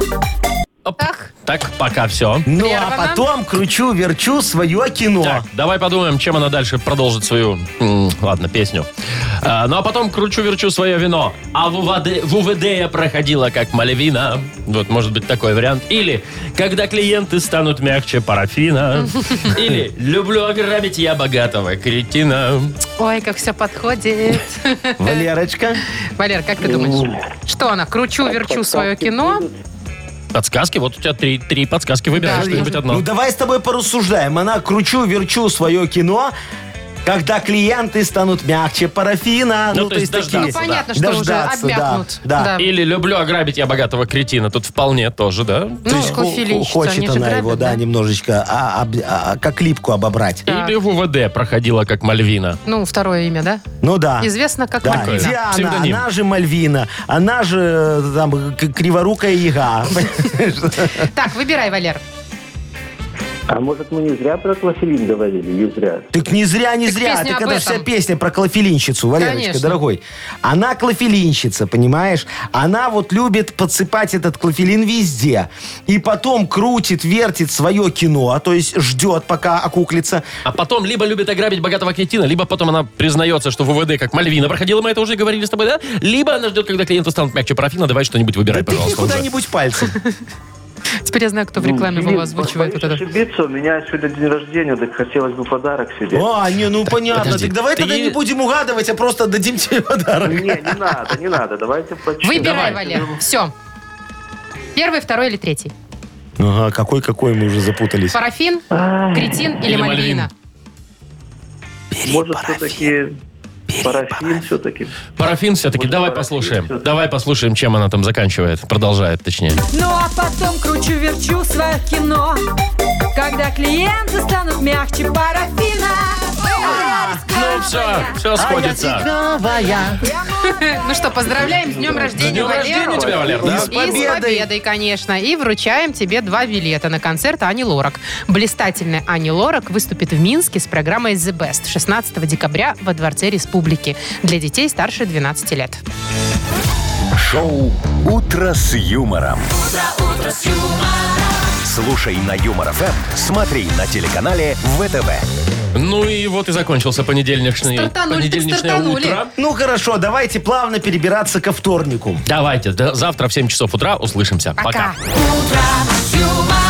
B: Оп.
C: Так.
B: Так, пока все.
D: Ну, а
C: Прервано.
D: потом кручу-верчу свое кино.
B: Так, давай подумаем, чем она дальше продолжит свою, м, ладно, песню. А, ну а потом кручу-верчу свое вино. А в УВД, в УВД я проходила как мальвина. Вот, может быть, такой вариант. Или когда клиенты станут мягче
D: *laughs*
B: парафина. Или люблю ограбить я богатого кретина.
C: Ой, как все подходит. *laughs*
D: Валерочка.
B: *laughs*
C: Валер, как ты думаешь? Что она, кручу-верчу свое кино?
B: Подсказки, вот у тебя три, три подсказки, выбирай
C: Да,
B: что-нибудь одно.
D: Ну давай с тобой порассуждаем. Она кручу-верчу свое кино, когда клиенты станут мягче парафина.
B: Ну, то есть
C: Ну,
B: дождаться,
C: понятно, что уже
D: Дождаться, да,
C: обмякнут.
D: да.
B: Или люблю ограбить я богатого кретина. Тут вполне тоже, да?
C: Ну,
D: Хо-
C: клофелинщица, они
D: Хочет
C: же
D: она его,
C: грабят,
D: да, немножечко, а, об- а, как липку обобрать.
C: Так.
B: Или в УВД проходила как мальвина.
C: Ну, второе имя, да?
D: Ну да.
C: Известно как
D: Да,
C: Мальвина.
D: Диана,
B: Псевдоним.
D: она же Мальвина, она же э, там к-
C: *laughs*
D: криворукая яга.
C: Так, выбирай, Валер.
I: А может, мы не зря про клофелин говорили? Не зря.
D: Так не зря, не
C: Так
D: зря.
C: песня
D: Так
C: об
D: это
C: этом.
D: вся песня про клофелинщицу, Валерочка,
C: Конечно.
D: дорогой. Она клофелинщица, понимаешь? Она вот любит подсыпать этот клофелин везде. И потом крутит, вертит свое кино, а то есть ждет, пока окуклится.
B: А потом либо любит ограбить богатого кретина, либо потом она признается, что в ВВД как Мальвина проходила, мы это уже говорили с тобой, да? Либо она ждет, когда клиенты станут мягче парафина, давай что-нибудь выбирай,
D: Тыкни
B: пожалуйста. уже.
D: куда-нибудь *laughs* пальцем.
C: Теперь я знаю, кто в рекламе
I: Ну,
C: его озвучивает.
I: боюсь
C: Вот это.
I: ошибиться, у меня сегодня день рождения, так хотелось бы подарок себе.
D: А, не, ну понятно.
B: подожди,
D: Так давай
B: ты-
D: тогда не будем угадывать, а просто дадим тебе подарок.
I: Не, не надо, не надо, давайте почитаем.
C: Выбирай, Валер. Все. Первый, второй или третий?
D: Ага, какой-какой, мы уже запутались.
C: Парафин, кретин или
B: Или Мальвин.
C: мальвина?
I: Может, все-таки парафин все-таки.
B: Парафин все-таки,
I: Может,
B: давай
I: парафин
B: послушаем.
I: всё-таки.
B: Давай послушаем, чем она там заканчивает, продолжает, точнее.
J: Ну а потом кручу-верчу свое кино Когда клиенты станут мягче парафина
B: Ну все,
D: А
B: все сходится.
C: Ну что, поздравляем с днем
B: С
C: рождения,
B: днем рождения
C: Валеру.
B: у тебя, Валер,
D: И
B: да?
D: с
C: И с победой, конечно. И вручаем тебе два билета на концерт Ани Лорак. Блистательная Ани Лорак выступит в Минске с программой The Best 16 декабря во Дворце Республики для детей старше 12 лет.
A: Шоу Утро с юмором. Слушай на Юмор ФМ, смотри на телеканале ВТВ.
B: Ну и вот и закончился понедельничный,
C: Стартанули,
B: понедельничное
C: стартанули.
B: утро.
D: Ну хорошо, давайте плавно перебираться ко вторнику.
B: Давайте, до завтра в 7 часов утра услышимся. Пока.
C: Пока.
J: Утро с юмором.